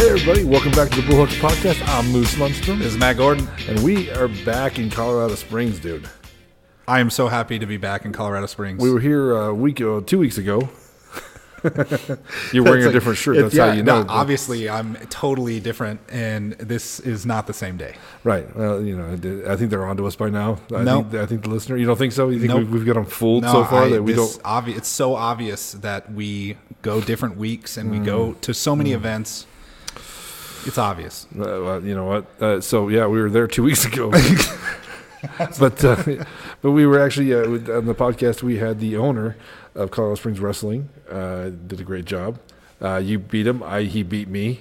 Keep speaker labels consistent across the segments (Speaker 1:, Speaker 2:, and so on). Speaker 1: everybody. Welcome back to the Bullhooks Podcast. I'm Moose Lundstrom,
Speaker 2: This is Matt Gordon.
Speaker 1: and we are back in Colorado Springs, dude.
Speaker 2: I am so happy to be back in Colorado Springs.
Speaker 1: We were here a week, uh, two weeks ago. You're wearing
Speaker 2: It's
Speaker 1: a
Speaker 2: like-
Speaker 1: different shirt.
Speaker 2: it's-
Speaker 1: That's
Speaker 2: yeah,
Speaker 1: how you know.
Speaker 2: no, obviously, I'm totally different, and this is not the same day.
Speaker 1: right. Well, you know, I think they're onto us by now. I,
Speaker 2: No.
Speaker 1: think, I think the listener. You don't think so? You think
Speaker 2: Nope.
Speaker 1: we've, we've got them fooled so far
Speaker 2: I-
Speaker 1: that we
Speaker 2: this
Speaker 1: don't?
Speaker 2: obvi- it's so obvious that we go different weeks and we go
Speaker 1: Mm.
Speaker 2: to so many events. It's obvious.
Speaker 1: Uh, well, you know what? Uh, so yeah, we were there two weeks ago. but uh, but we were actually uh, with- on the podcast. We had the owner of Colorado Springs Wrestling. Uh, did a great job. Uh, you beat him. I he beat me.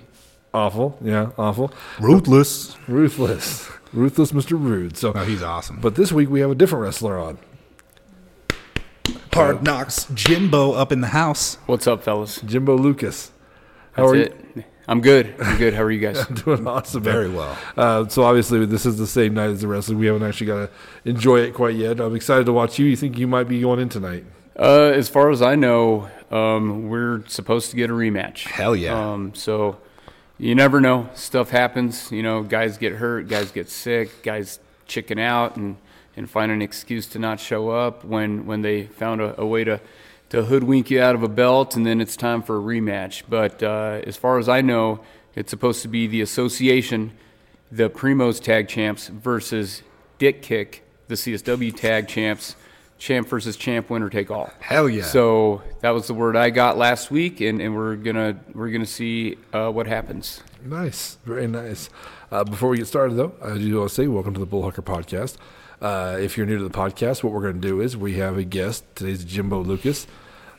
Speaker 1: Awful. Yeah, awful.
Speaker 2: Ruthless.
Speaker 1: Ruthless. Ruthless Mr. Rude. So,
Speaker 2: No, Oh, he's awesome.
Speaker 1: but this week we have a different wrestler on.
Speaker 2: Hard knocks Jimbo up in the house.
Speaker 3: What's up, fellas?
Speaker 1: Jimbo Lucas. How
Speaker 3: That's
Speaker 1: are
Speaker 3: it. I'm good. I'm good. How are you guys?
Speaker 1: you doing? Awesome. man.
Speaker 2: Very well.
Speaker 1: Uh, so obviously this is the same night as the wrestling. We haven't actually got to enjoy it quite yet. I'm excited to watch you. You think you might be going in tonight?
Speaker 3: Uh, as far as I know, um, we're supposed to get a rematch.
Speaker 2: Hell yeah.
Speaker 3: Um, so you never know. Stuff happens. You know, guys get hurt, guys get sick, guys chicken out and, and find an excuse to not show up when, when they found a, a way to, to hoodwink you out of a belt, and then it's time for a rematch. But uh, as far as I know, it's supposed to be the association, the Primos tag champs, versus Dick Kick, the CSW tag champs. Champ versus champ, winner take all.
Speaker 2: Hell yeah.
Speaker 3: So that was the word I got last week, and, and we're gonna we're gonna see uh, what happens.
Speaker 1: Nice, very nice. Uh, before we get started, though, I do want to say welcome to the Bullhucker Podcast. Uh, if you're new to the podcast, what we're going to do is we have a guest. Today's Jimbo Lucas.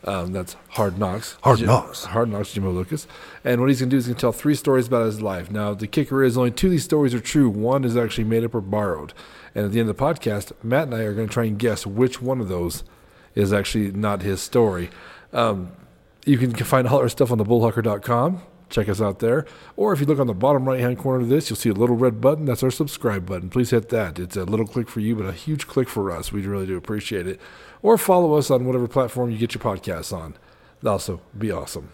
Speaker 1: Um, that's Hard Knocks.
Speaker 2: Hard Knocks.
Speaker 1: Hard Knocks, Jimbo Lucas. And what he's going to do is he's going to tell three stories about his life. Now, the kicker is only two of these stories are true. One is actually made up or borrowed. And at the end of the podcast, Matt and I are going to try and guess which one of those is actually not his story. Um, you can find all our stuff on thebullhucker.com. Check us out there. Or if you look on the bottom right hand corner of this, you'll see a little red button. That's our subscribe button. Please hit that. It's a little click for you, but a huge click for us. We really do appreciate it. Or follow us on whatever platform you get your podcasts on. That'll also be awesome.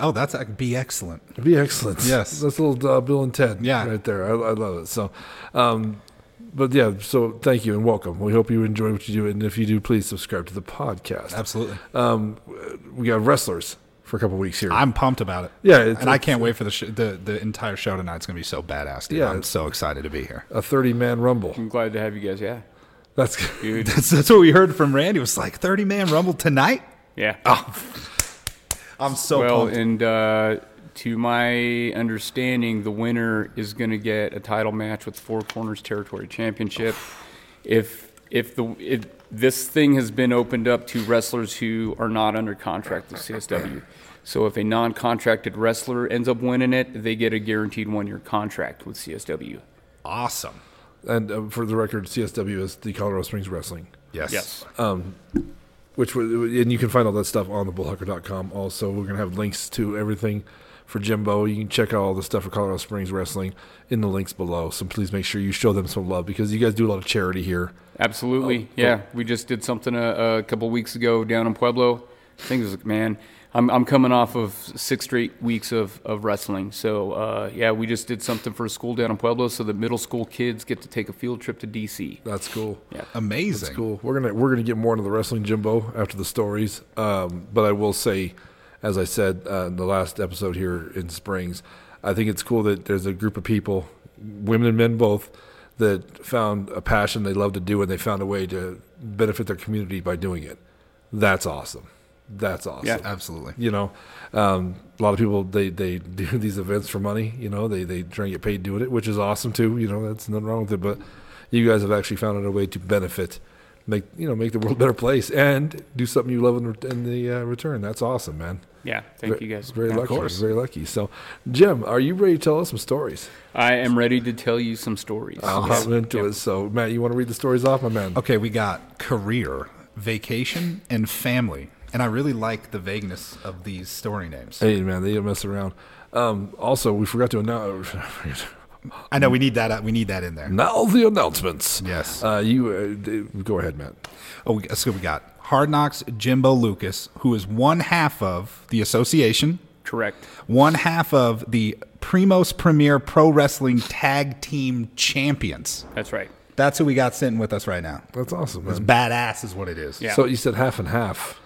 Speaker 2: oh, that's be excellent.
Speaker 1: It'd be excellent.
Speaker 2: Yes.
Speaker 1: that's a little uh, Bill and Ted.
Speaker 2: Yeah.
Speaker 1: right there. I, I love it. So, um, but yeah, so thank you and welcome. We hope you enjoy what you do, and if you do, please subscribe to the podcast.
Speaker 2: Absolutely.
Speaker 1: Um, we got wrestlers for a couple weeks here.
Speaker 2: I'm pumped about it.
Speaker 1: Yeah, it's-
Speaker 2: and I can't wait for the, sh- the the entire show tonight. It's gonna be so badass. Dude.
Speaker 1: Yeah.
Speaker 2: I'm so excited to be here.
Speaker 1: a thirty-man rumble.
Speaker 3: I'm glad to have you guys. Yeah,
Speaker 1: That's
Speaker 3: dude.
Speaker 2: That's, that's what we heard from Randy. It was like 30 man rumble tonight.
Speaker 3: Yeah.
Speaker 2: I'm Oh, so
Speaker 3: well,
Speaker 2: pumped.
Speaker 3: and uh, to my understanding, the winner is gonna get a title match with Four Corners Territory Championship. if if the if this thing has been opened up to wrestlers who are not under contract with CSW. So if a non-contracted wrestler ends up winning it, they get a guaranteed one-year contract with CSW.
Speaker 2: awesome.
Speaker 1: and uh, for the record, CSW is the Colorado Springs Wrestling,
Speaker 2: Yes.
Speaker 3: Yes.
Speaker 1: which was, and you can find all that stuff on thebullhucker.com. Also, we're gonna have links to everything for Jimbo. You can check out all the stuff for Colorado Springs Wrestling in the links below. So please make sure you show them some love because you guys do a lot of charity here.
Speaker 3: Absolutely. yeah. We just did something uh, a, a couple weeks ago down in Pueblo. I think it was, man, I'm, I'm coming off of six straight weeks of, of wrestling. So, uh, yeah, we just did something for a school down in Pueblo so the middle school kids get to take a field trip to D.C.
Speaker 1: That's cool.
Speaker 2: Amazing.
Speaker 1: Cool. We're gonna we're gonna get more into the wrestling Jimbo after the stories. Um, but I will say, as I said uh, in the last episode here in Springs, I think it's cool that there's a group of people, women and men both, that found a passion they love to do, and they found a way to benefit their community by doing it. That's awesome. That's awesome
Speaker 3: Yeah.
Speaker 2: Absolutely.
Speaker 1: you know um, a lot of people they, they do these events for money you know they, they try and get paid doing it which is awesome too you know that's nothing wrong with it but you guys have actually found a way to benefit make you know make the world a better place and do something you love in, re- in the uh, return that's awesome man
Speaker 3: Yeah. Thank
Speaker 1: Ve-
Speaker 3: you guys.
Speaker 1: very
Speaker 3: Yeah.
Speaker 1: lucky
Speaker 2: course.
Speaker 1: very lucky so jim are you ready to tell us some stories
Speaker 3: I am ready to tell you some stories.
Speaker 1: i'm
Speaker 3: Yes.
Speaker 1: hopping into it so matt you want to read the stories off my man
Speaker 2: Okay, we got career, vacation, and family. And I really like the vagueness of these story names.
Speaker 1: hey man they don't mess around um, also we forgot to announce
Speaker 2: I know we need that. We need that in there.
Speaker 1: now the announcements
Speaker 2: Yes.
Speaker 1: uh, you uh, d- go ahead matt
Speaker 2: Oh, we- so we got Hard Knocks Jimbo Lucas, who is one half of the association,
Speaker 3: Correct.
Speaker 2: one half of the Primos Premier Pro Wrestling Tag Team Champions.
Speaker 3: That's right.
Speaker 2: That's who we got sitting with us right now.
Speaker 1: That's awesome, man.
Speaker 2: It's badass, is what it is.
Speaker 3: Yeah.
Speaker 1: So you said half and half.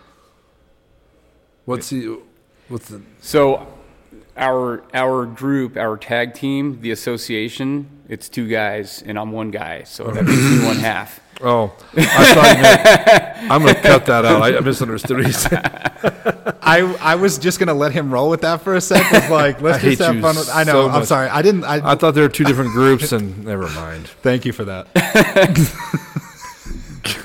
Speaker 1: What's the what's the
Speaker 3: So our our group, our tag team, the association, it's two guys and I'm one guy. So that makes me one half.
Speaker 1: oh I thought you meant, I'm gonna cut that out. I, I misunderstood what you said.
Speaker 2: I, I was just gonna let him roll with that for a sec. Was like, let's
Speaker 1: I
Speaker 2: just
Speaker 1: hate
Speaker 2: have
Speaker 1: you
Speaker 2: fun. With, I know.
Speaker 1: so
Speaker 2: I'm
Speaker 1: much.
Speaker 2: sorry. I didn't. I,
Speaker 1: I thought there were two different groups and never mind.
Speaker 2: thank you for that.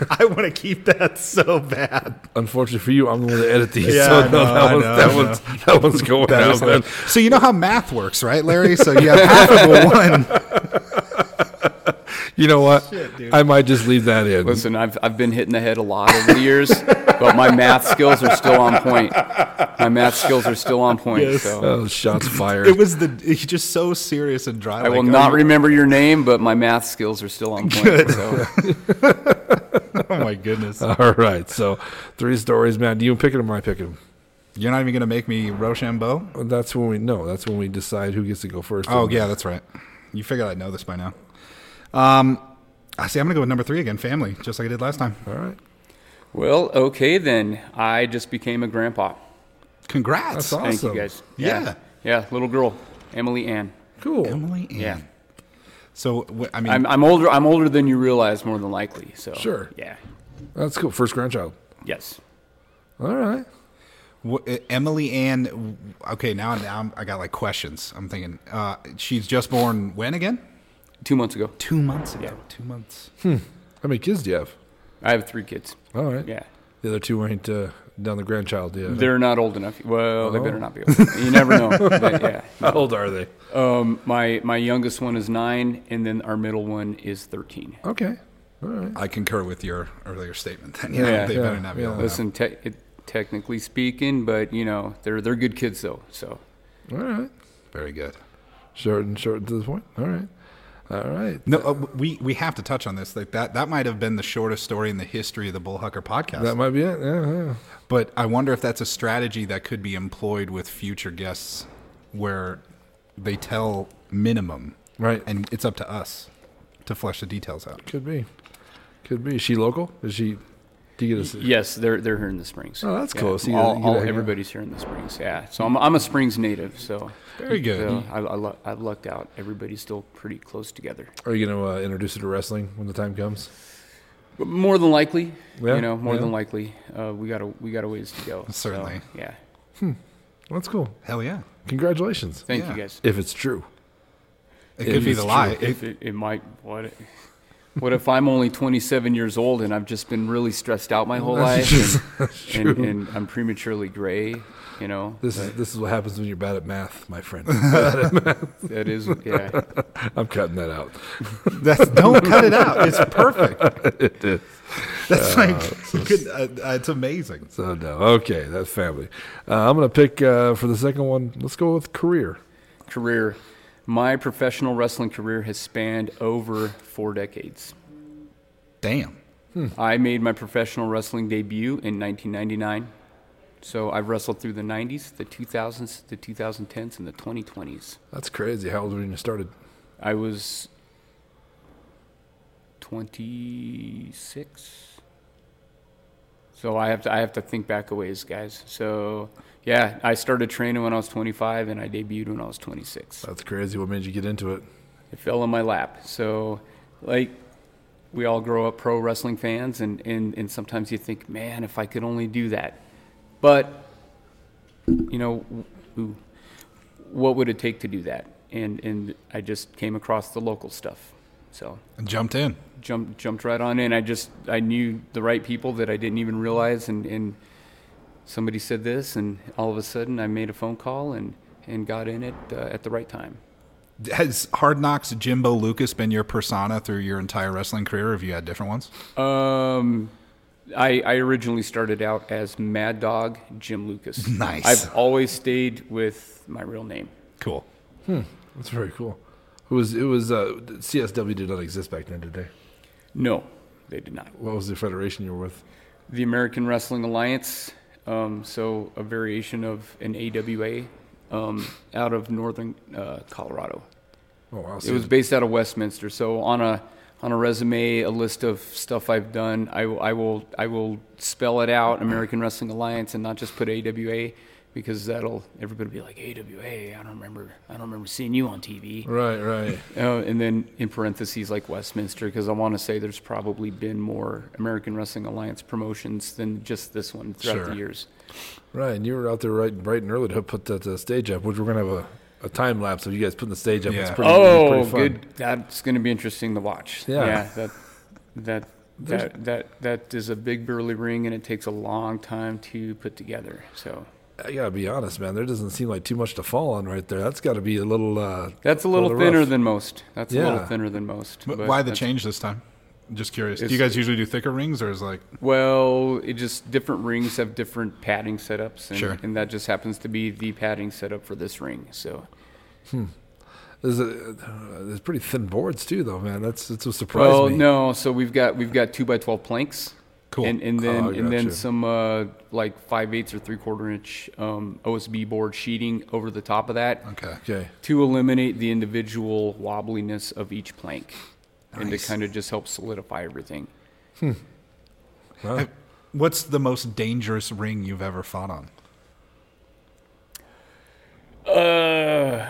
Speaker 2: I want to keep that so bad.
Speaker 1: Unfortunately for you, I'm the one to edit these.
Speaker 2: Yeah,
Speaker 1: so
Speaker 2: I know,
Speaker 1: no,
Speaker 2: I
Speaker 1: that, one's,
Speaker 2: know, I
Speaker 1: that,
Speaker 2: know.
Speaker 1: one's, that one's going
Speaker 2: That
Speaker 1: out,
Speaker 2: is
Speaker 1: man.
Speaker 2: hilarious. so you know how math works, right, Larry? So you have half of a one.
Speaker 1: You know what?
Speaker 2: dude.
Speaker 1: I might just leave that in.
Speaker 3: Listen, I've I've been hitting the head a lot over the years, but my math skills are still on point. My math skills are still on point.
Speaker 2: Yes.
Speaker 3: So
Speaker 1: Oh, shots fired.
Speaker 2: It was the he's just so serious and dry.
Speaker 3: I will
Speaker 2: like,
Speaker 3: not
Speaker 2: oh,
Speaker 3: remember your name, but my math skills are still on point. So
Speaker 2: Oh my goodness!
Speaker 1: All right. So three stories, man. Do you pick it or am I picking them?
Speaker 2: You're not even gonna make me Rochambeau.
Speaker 1: That's when we no. That's when we decide who gets to go first.
Speaker 2: Oh yeah, that's right. You figured I'd know this by now. Um, I see. I'm gonna go with number three again. Family, just like I did last time.
Speaker 1: All right.
Speaker 3: Well, okay then. I just became a grandpa.
Speaker 2: Congrats!
Speaker 1: That's awesome.
Speaker 3: Thank you guys.
Speaker 2: Yeah.
Speaker 3: Yeah. Yeah, little girl, Emily Ann.
Speaker 1: Cool.
Speaker 2: Emily Ann.
Speaker 3: Yeah.
Speaker 2: So wh- I mean,
Speaker 3: I'm, uh, I'm older. I'm older than you realize, more than likely. So
Speaker 1: Sure.
Speaker 3: Yeah.
Speaker 1: That's cool. First grandchild.
Speaker 3: Yes.
Speaker 1: All right.
Speaker 2: wh- uh, Emily Ann. w- Okay, now, now I'm, I got like questions. I'm thinking uh, she's just born when again?
Speaker 3: Two months ago,
Speaker 2: Two months ago.
Speaker 3: Yeah.
Speaker 2: Two months.
Speaker 1: How many kids do you have?
Speaker 3: I have three kids.
Speaker 1: All right.
Speaker 3: Yeah.
Speaker 1: The other two ain't uh, down the grandchild yet.
Speaker 3: They're not old enough. Well, they better not be. Old. enough. You never know. But, yeah.
Speaker 1: How old are they?
Speaker 3: Um, my my youngest one is nine, and then our middle one is thirteen.
Speaker 1: Okay. All right.
Speaker 2: I concur with your earlier statement. Then yeah,
Speaker 3: Yeah.
Speaker 2: they better
Speaker 1: Yeah.
Speaker 2: not be.
Speaker 1: Yeah.
Speaker 2: old enough.
Speaker 3: Listen, te- it, technically speaking, but you know they're they're good kids though. So
Speaker 1: All right.
Speaker 2: Very good.
Speaker 1: Short and short and to the point. All right. All right.
Speaker 2: No, uh, we we have to touch on this. Like that that might have been the shortest story in the history of the Bullhucker podcast.
Speaker 1: That might be it. Yeah. yeah.
Speaker 2: but I wonder if that's a strategy that could be employed with future guests, where they tell minimum,
Speaker 1: Right.
Speaker 2: and it's up to us to flesh the details out.
Speaker 1: Could be. Could be. Is she local? Is she? Do you get a?
Speaker 3: yes, they're they're here in the Springs.
Speaker 1: Oh, that's
Speaker 3: Yeah.
Speaker 1: cool. So you-
Speaker 3: all,
Speaker 1: you
Speaker 3: all-
Speaker 1: hang out.
Speaker 3: everybody's here in the Springs. Yeah. So I'm I'm a Springs native. So
Speaker 2: Very good.
Speaker 3: So I, I, lu- I lucked out. Everybody's still pretty close together.
Speaker 1: Are you going to uh, introduce her to wrestling when the time comes?
Speaker 3: But more than likely,
Speaker 1: Yeah,
Speaker 3: you know, more
Speaker 1: yeah.
Speaker 3: than likely, uh, we got a we got a ways to go. So,
Speaker 2: Certainly.
Speaker 3: yeah.
Speaker 1: That's cool.
Speaker 2: Hell yeah!
Speaker 1: Congratulations.
Speaker 3: Thank
Speaker 2: Yeah.
Speaker 3: you guys.
Speaker 1: If it's true.
Speaker 2: It,
Speaker 1: It
Speaker 2: could be
Speaker 1: is
Speaker 2: the
Speaker 1: true.
Speaker 2: lie. It-
Speaker 3: If it, it might what. if- What if I'm only 27 years old and I've just been really stressed out my whole life, and, and, and I'm prematurely gray? You know,
Speaker 1: This is this is what happens when you're bad at math, my friend.
Speaker 3: that is yeah.
Speaker 1: I'm cutting that out.
Speaker 2: that's don't cut it out. It's perfect. it is. That's like you could, uh, uh, it's amazing.
Speaker 1: So no, okay, that's family. Uh, I'm gonna pick uh, for the second one. Let's go with career.
Speaker 3: career. My professional wrestling career has spanned over four decades.
Speaker 2: Damn.
Speaker 1: Hmm.
Speaker 3: I made my professional wrestling debut in 1999. So I've wrestled through the 90s, the 2000s, the 2010s, and the 2020s.
Speaker 1: That's crazy. How old were you when you started?
Speaker 3: I was 26. So I have to I have to think back a ways, guys. So yeah, I started training when I was 25, and I debuted when I was 26.
Speaker 1: That's crazy. What made you get into it?
Speaker 3: it fell in my lap. So, like, we all grow up pro wrestling fans, and, and, and sometimes you think, man, if I could only do that. But, you know, w- ooh, what would it take to do that? And, and I just came across the local stuff. So,
Speaker 2: Jumped in.
Speaker 3: jumped, jumped right on in. I just, I knew the right people that I didn't even realize, and, and somebody said this, and all of a sudden I made a phone call and, and got in it uh, at the right time.
Speaker 2: Has Hard Knocks Jimbo Lucas been your persona through your entire wrestling career? Or have you had different ones?
Speaker 3: Um, I, I originally started out as Mad Dog Jim Lucas.
Speaker 2: Nice.
Speaker 3: I've always stayed with my real name.
Speaker 2: Cool.
Speaker 1: That's very cool. It was it was uh, CSW did not exist back then, did they?
Speaker 3: No, they did not.
Speaker 1: What was the federation you were with?
Speaker 3: The American Wrestling Alliance, um, so a variation of an AWA, um, out of northern uh, Colorado.
Speaker 1: Oh wow!
Speaker 3: It was based out of Westminster. So on a on a resume, a list of stuff I've done, I, will- I will I will spell it out, American Wrestling Alliance, and not just put AWA because that'll everybody will be like AWA. I don't remember I don't remember seeing you on TV.
Speaker 1: right, right.
Speaker 3: Uh, and then in parentheses like Westminster because I want to say there's probably been more American Wrestling Alliance promotions than just this one throughout
Speaker 2: Sure.
Speaker 3: the years.
Speaker 1: Right, and you were out there right, bright and early to put that uh, stage up, which we're gonna have a, a time lapse of you guys putting the stage up. It's
Speaker 2: Yeah.
Speaker 1: pretty, it's
Speaker 3: Oh,
Speaker 1: pretty fun.
Speaker 3: good. That's going to be interesting to watch.
Speaker 1: Yeah.
Speaker 3: that that that that that is a big burly ring, and it takes a long time to put together. So
Speaker 1: I gotta be honest, man. There doesn't seem like too much to fall on right there. That's got to be a little. Uh,
Speaker 3: that's a little thinner
Speaker 1: rough.
Speaker 3: than most. That's a
Speaker 1: Yeah.
Speaker 3: little thinner than most.
Speaker 2: But
Speaker 3: but
Speaker 2: why the
Speaker 3: that's-
Speaker 2: change this time? I'm just curious. Do
Speaker 3: It's-
Speaker 2: you guys usually do thicker rings, or is like
Speaker 3: Well, it just different rings have different padding setups, and,
Speaker 2: Sure.
Speaker 3: and that just happens to be the padding setup for this ring. So
Speaker 1: there's, a, uh, there's pretty thin boards too, though, man. That's that's what surprised
Speaker 3: Well,
Speaker 1: me.
Speaker 3: no. So we've got we've got two by twelve planks.
Speaker 2: Cool.
Speaker 3: And, and then
Speaker 1: Oh,
Speaker 3: and then
Speaker 1: gotcha.
Speaker 3: some uh, like five eighths or three quarter inch um, OSB board sheeting over the top of that
Speaker 2: okay?
Speaker 1: Okay.
Speaker 3: to eliminate the individual wobbliness of each plank, and to
Speaker 2: Nice.
Speaker 3: kind of just help solidify everything.
Speaker 1: Wow.
Speaker 2: Uh, What's the most dangerous ring you've ever fought on?
Speaker 3: Uh,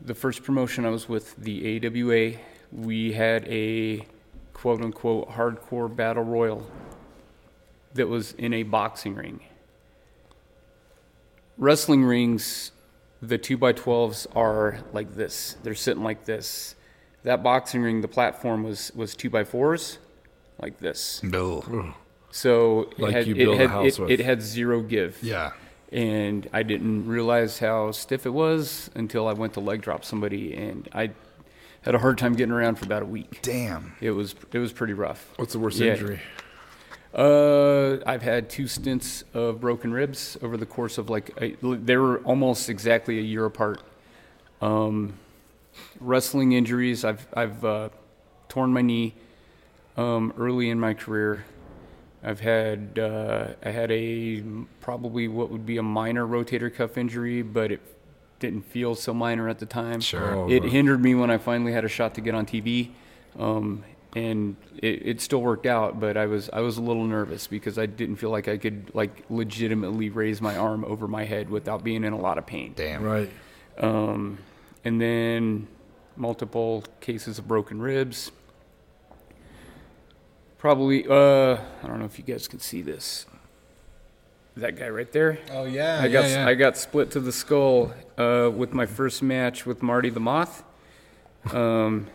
Speaker 3: the first promotion I was with, the AWA, we had a quote unquote hardcore battle royal that was in a boxing ring. Wrestling rings, the 2x12s are like this, they're sitting like this. That boxing ring, the platform was, was 2x4s, like this.
Speaker 2: No.
Speaker 3: So it
Speaker 1: Like
Speaker 3: had-
Speaker 1: you
Speaker 3: it
Speaker 1: build a
Speaker 3: had-
Speaker 1: house
Speaker 3: it-
Speaker 1: with.
Speaker 3: It had zero give
Speaker 2: Yeah.
Speaker 3: and I didn't realize how stiff it was until I went to leg drop somebody, and I had a hard time getting around for about a week.
Speaker 2: Damn.
Speaker 3: It was it was pretty rough.
Speaker 1: What's the worst
Speaker 3: Yeah.
Speaker 1: injury?
Speaker 3: Uh, I've had two stints of broken ribs over the course of like a, they were almost exactly a year apart. Um, wrestling injuries. I've I've uh, torn my knee um, early in my career. I've had uh, I had a probably what would be a minor rotator cuff injury, but it didn't feel so minor at the time
Speaker 2: Sure.
Speaker 1: Oh,
Speaker 3: it
Speaker 1: right.
Speaker 3: hindered me when I finally had a shot to get on TV, um, and it, it still worked out. But I was I was a little nervous because I didn't feel like I could like legitimately raise my arm over my head without being in a lot of pain.
Speaker 2: Damn.
Speaker 1: Right.
Speaker 3: Um, and then multiple cases of broken ribs. Probably uh, I don't know if you guys can see this. That guy right there.
Speaker 2: Oh yeah.
Speaker 3: I got I got split to the skull uh, with my first match with Marty the Moth. Um,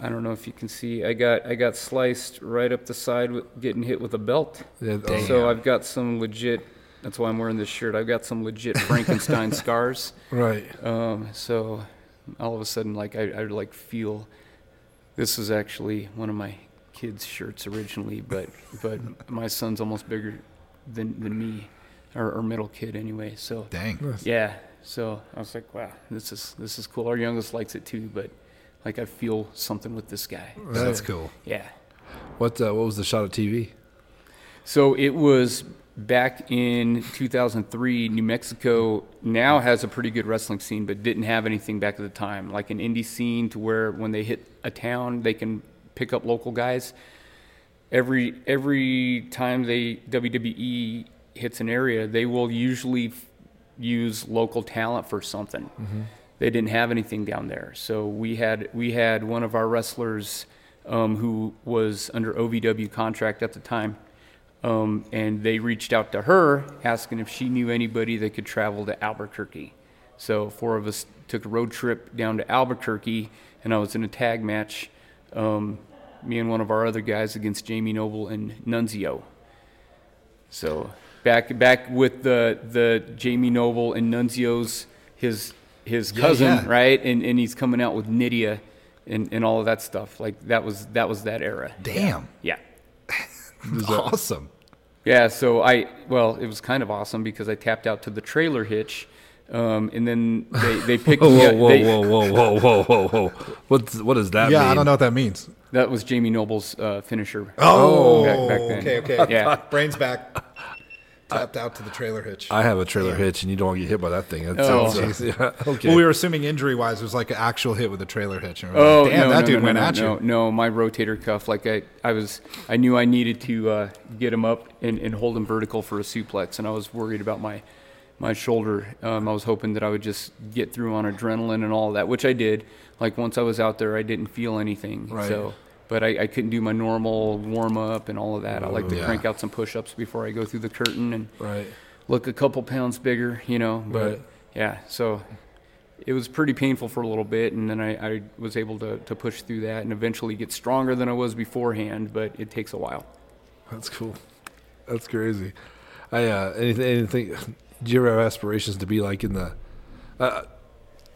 Speaker 3: I don't know if you can see. I got I got sliced right up the side, with, getting hit with a belt.
Speaker 1: Yeah, oh,
Speaker 3: So I've got some legit. That's why I'm wearing this shirt. I've got some legit Frankenstein scars.
Speaker 1: right.
Speaker 3: Um, so all of a sudden, like I, I like feel. This was actually one of my kids' shirts originally, but but my son's almost bigger than than me, or, or middle kid anyway. So
Speaker 2: Dang.
Speaker 3: yeah. So I was like, wow, this is this is cool. Our youngest likes it too, but like I feel something with this guy.
Speaker 2: That's cool.
Speaker 3: Yeah.
Speaker 1: What uh, what was the shot of TV?
Speaker 3: So it was back in 2003. New Mexico now has a pretty good wrestling scene, but didn't have anything back at the time, like an indie scene to where when they hit a town, they can pick up local guys. Every every time they WWE hits an area, they will usually f- use local talent for something. They didn't have anything down there, so we had we had one of our wrestlers um, who was under OVW contract at the time. Um, and they reached out to her asking if she knew anybody that could travel to Albuquerque. So four of us took a road trip down to Albuquerque, and I was in a tag match, um, me and one of our other guys against Jamie Noble and Nunzio. So back back with the the Jamie Noble and Nunzio's his his cousin
Speaker 2: yeah.
Speaker 3: right, and and he's coming out with Nydia, and and all of that stuff. Like that was that was that era.
Speaker 2: Damn.
Speaker 3: Yeah.
Speaker 2: Awesome.
Speaker 3: Yeah, so I well, it was kind of awesome because I tapped out to the trailer hitch, um, and then they, they picked
Speaker 1: Whoa,
Speaker 3: me
Speaker 1: Oh, whoa,
Speaker 3: up.
Speaker 1: whoa,
Speaker 3: they-
Speaker 1: whoa, whoa, whoa, whoa, whoa, whoa! What's what does that
Speaker 2: yeah,
Speaker 1: mean?
Speaker 2: I don't know what that means.
Speaker 3: That was Jamie Noble's uh, finisher.
Speaker 2: Oh,
Speaker 3: Back- back then.
Speaker 2: okay, okay.
Speaker 3: Yeah.
Speaker 2: Brain's back. tapped out to the trailer hitch.
Speaker 1: I have a trailer hitch, and you don't want to get hit by that thing. That
Speaker 3: Oh.
Speaker 1: sounds yeah, okay.
Speaker 2: Well, we were assuming injury wise, it was like an actual hit with a trailer hitch. And we were
Speaker 3: Oh,
Speaker 2: like, damn,
Speaker 3: no,
Speaker 2: that
Speaker 3: no,
Speaker 2: dude
Speaker 3: no,
Speaker 2: went
Speaker 3: no,
Speaker 2: at
Speaker 3: no,
Speaker 2: you.
Speaker 3: No, my rotator cuff. Like I, I was, I knew I needed to uh, get him up and, and hold him vertical for a suplex, and I was worried about my, my shoulder. Um, I was hoping that I would just get through on adrenaline and all that, which I did. Like once I was out there, I didn't feel anything.
Speaker 1: Right.
Speaker 3: So, but I, I couldn't do my normal warm up and all of that. I like to
Speaker 2: yeah.
Speaker 3: crank out some push ups before I go through the curtain and
Speaker 1: right.
Speaker 3: look a couple pounds bigger, you know. But
Speaker 1: Right.
Speaker 3: yeah, so it was pretty painful for a little bit, and then I, I was able to, to push through that and eventually get stronger than I was beforehand, but it takes a while.
Speaker 1: That's cool. That's crazy. I uh, anything, anything. Do you ever have aspirations to be like in the? Uh,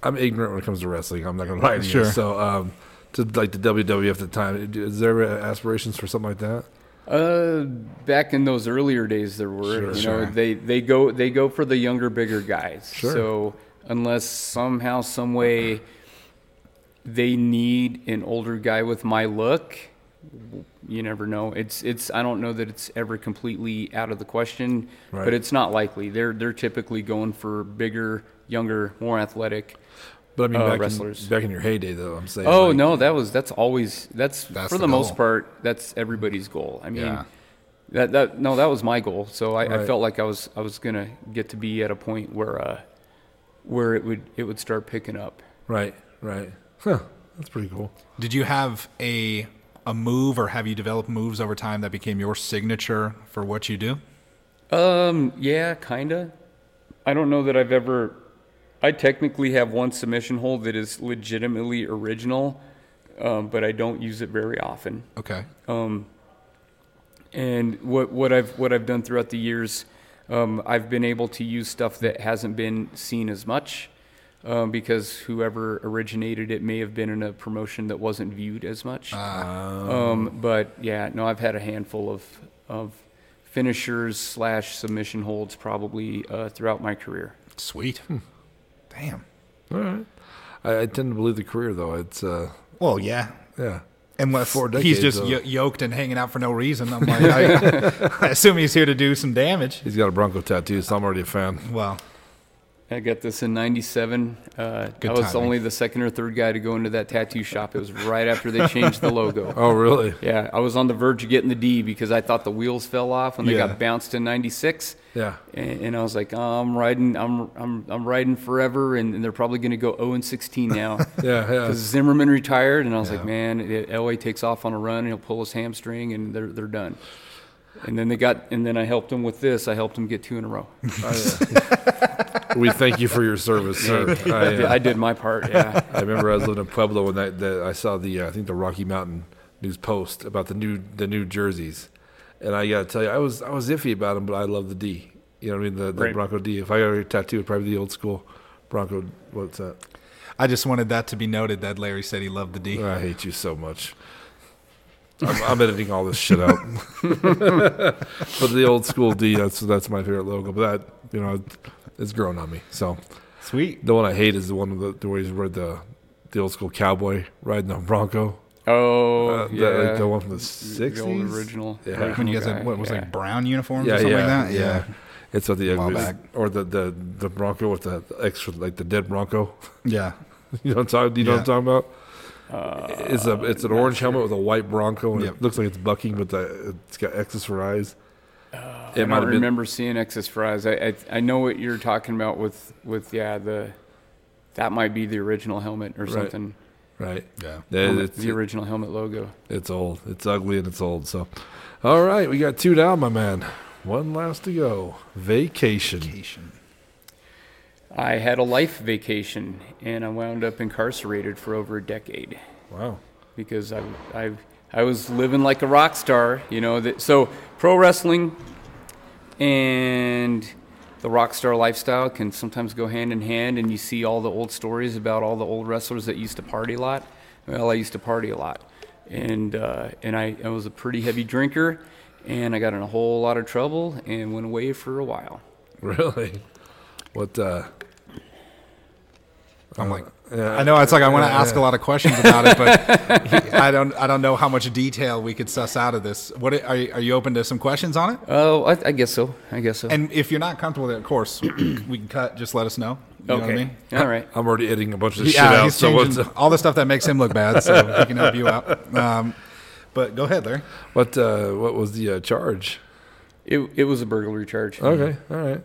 Speaker 1: I'm ignorant when it comes to wrestling. I'm not gonna lie to
Speaker 2: Sure.
Speaker 1: you. So, um, to like the WWF at the time, is there ever aspirations for something like that?
Speaker 3: Uh, back in those earlier days, there were.
Speaker 1: Sure,
Speaker 3: you
Speaker 2: sure.
Speaker 3: know, they they go they go for the younger, bigger guys.
Speaker 1: Sure.
Speaker 3: So unless somehow, some way, they need an older guy with my look, you never know. It's it's I don't know that it's ever completely out of the question,
Speaker 1: Right.
Speaker 3: but it's not likely. They're they're typically going for bigger, younger, more athletic.
Speaker 1: But I mean,
Speaker 3: Uh,
Speaker 1: back,
Speaker 3: wrestlers.
Speaker 1: In, back in your heyday, though, I'm saying.
Speaker 3: Oh
Speaker 1: like,
Speaker 3: no, that was that's always that's,
Speaker 2: That's
Speaker 3: for
Speaker 2: the
Speaker 3: the, most
Speaker 2: goal.
Speaker 3: part that's everybody's goal. I mean,
Speaker 2: Yeah.
Speaker 3: that that no, that was my goal. So I,
Speaker 1: Right.
Speaker 3: I felt like I was I was gonna get to be at a point where uh, where it would it would start picking up.
Speaker 1: Right, right. Huh. That's pretty cool.
Speaker 2: Did you have a a move, or have you developed moves over time that became your signature for what you do?
Speaker 3: Um, yeah, kinda. I don't know that I've ever. I technically have one submission hold that is legitimately original, um, but I don't use it very often.
Speaker 2: Okay.
Speaker 3: and what what I've what I've done throughout the years, um, I've been able to use stuff that hasn't been seen as much, um, because whoever originated it may have been in a promotion that wasn't viewed as much.
Speaker 2: Uh, Oh.
Speaker 3: um, but yeah, no, I've had a handful of of finishers slash submission holds probably uh, throughout my career.
Speaker 2: Sweet. Damn.
Speaker 1: All right. I, I tend to believe the career though. It's uh,
Speaker 2: Well, yeah.
Speaker 1: yeah.
Speaker 2: Unless
Speaker 1: Four decades
Speaker 2: he's just
Speaker 1: of-
Speaker 2: y- yoked and hanging out for no reason. I'm like, I, I assume he's here to do some damage.
Speaker 1: He's got a Bronco tattoo, so I'm already a fan.
Speaker 2: Well,
Speaker 3: I got this in '97. Uh,
Speaker 2: Good
Speaker 3: I was
Speaker 2: timing.
Speaker 3: only the second or third guy to go into that tattoo shop. It was right after they changed the logo.
Speaker 1: Oh, really?
Speaker 3: Yeah, I was on the verge of getting the D because I thought the wheels fell off when they
Speaker 1: Yeah.
Speaker 3: got bounced in '96,
Speaker 1: Yeah.
Speaker 3: and, and I was like, oh, I'm riding, I'm I'm I'm riding forever, and, and they're probably going to go 0 and 16 now
Speaker 1: Yeah, yeah.
Speaker 3: because Zimmerman retired, and I was
Speaker 2: Yeah.
Speaker 3: like, man, it, Elway takes off on a run, and he'll pull his hamstring, and they're they're done. And then they got, and then I helped him with this. I helped him get two in a row.
Speaker 1: Oh, we thank you for your service, sir. I, uh,
Speaker 3: I did my part. Yeah.
Speaker 1: I remember I was living in Pueblo and that, that I saw the uh, I think the Rocky Mountain News post about the new the new jerseys, and I gotta tell you I was I was iffy about them, but I love the D. You know what I mean? The, the
Speaker 3: Right.
Speaker 1: Bronco D. If I got a tattoo, it'd probably be the old school Bronco. What's that?
Speaker 2: I just wanted that to be noted that Larry said he loved the D.
Speaker 1: Oh, I hate you so much. I'm, I'm editing all this shit out. but the old school D. That's that's my favorite logo. But that you know, it's grown on me. So
Speaker 2: Sweet.
Speaker 1: the one I hate is the one with the, the where he's rode the the old school cowboy riding a Bronco.
Speaker 3: Oh,
Speaker 1: Uh,
Speaker 3: yeah.
Speaker 1: the, like the one from the
Speaker 3: The old
Speaker 1: sixties.
Speaker 3: original.
Speaker 1: Yeah.
Speaker 3: original
Speaker 2: When you guys
Speaker 3: guy,
Speaker 2: had what was
Speaker 3: yeah.
Speaker 2: like brown uniforms
Speaker 1: Yeah,
Speaker 2: or something
Speaker 1: yeah,
Speaker 2: like that?
Speaker 1: yeah. It's what the
Speaker 2: While
Speaker 1: it's-
Speaker 2: back.
Speaker 1: or the, the the Bronco with the extra like the dead Bronco.
Speaker 2: Yeah.
Speaker 1: you know what I'm talking? You know what
Speaker 2: Yeah.
Speaker 1: I'm talking about? it's a it's an
Speaker 3: Uh,
Speaker 1: orange helmet with a white Bronco, and
Speaker 2: Yep.
Speaker 1: it looks like it's bucking, but the, it's got X's for eyes.
Speaker 3: I don't remember seeing excess fries. I, I I know what you're talking about with with yeah the that might be the original helmet or something.
Speaker 1: been right.
Speaker 2: Yeah.
Speaker 1: Yeah, Uh, it's,
Speaker 3: the original helmet logo.
Speaker 1: it's old. It's ugly and it's old. So, all right, we got two down, my man. One last to go. Vacation.
Speaker 2: Vacation.
Speaker 3: I had a life vacation and I wound up incarcerated for over a decade
Speaker 1: Wow.
Speaker 3: because I I I was living like a rock star, you know. That, so pro wrestling and the rock star lifestyle can sometimes go hand in hand, and you see all the old stories about all the old wrestlers that used to party a lot. Well, I used to party a lot, and uh, and I, I was a pretty heavy drinker, and I got in a whole lot of trouble and went away for a while.
Speaker 1: Really? What? uh
Speaker 2: I'm like,
Speaker 1: yeah.
Speaker 2: I know it's like I want to ask a lot of questions about it, but he- I don't, I don't know how much detail we could suss out of this. What are, are you open to some questions on it?
Speaker 3: Oh, I, I guess so. I guess so.
Speaker 2: And if you're not comfortable with it, of course, we can cut. Just let us know. You know what I
Speaker 3: okay.
Speaker 2: mean?
Speaker 3: All right.
Speaker 1: I'm already editing a bunch of this
Speaker 2: Yeah,
Speaker 1: shit out.
Speaker 2: he's
Speaker 1: So what's,
Speaker 2: changing all the stuff that makes him look bad, so we can help you out. Um, but go ahead, Larry.
Speaker 1: what uh, what was the uh, charge?
Speaker 3: It, it was a burglary charge.
Speaker 2: Oh.
Speaker 1: Okay, all right.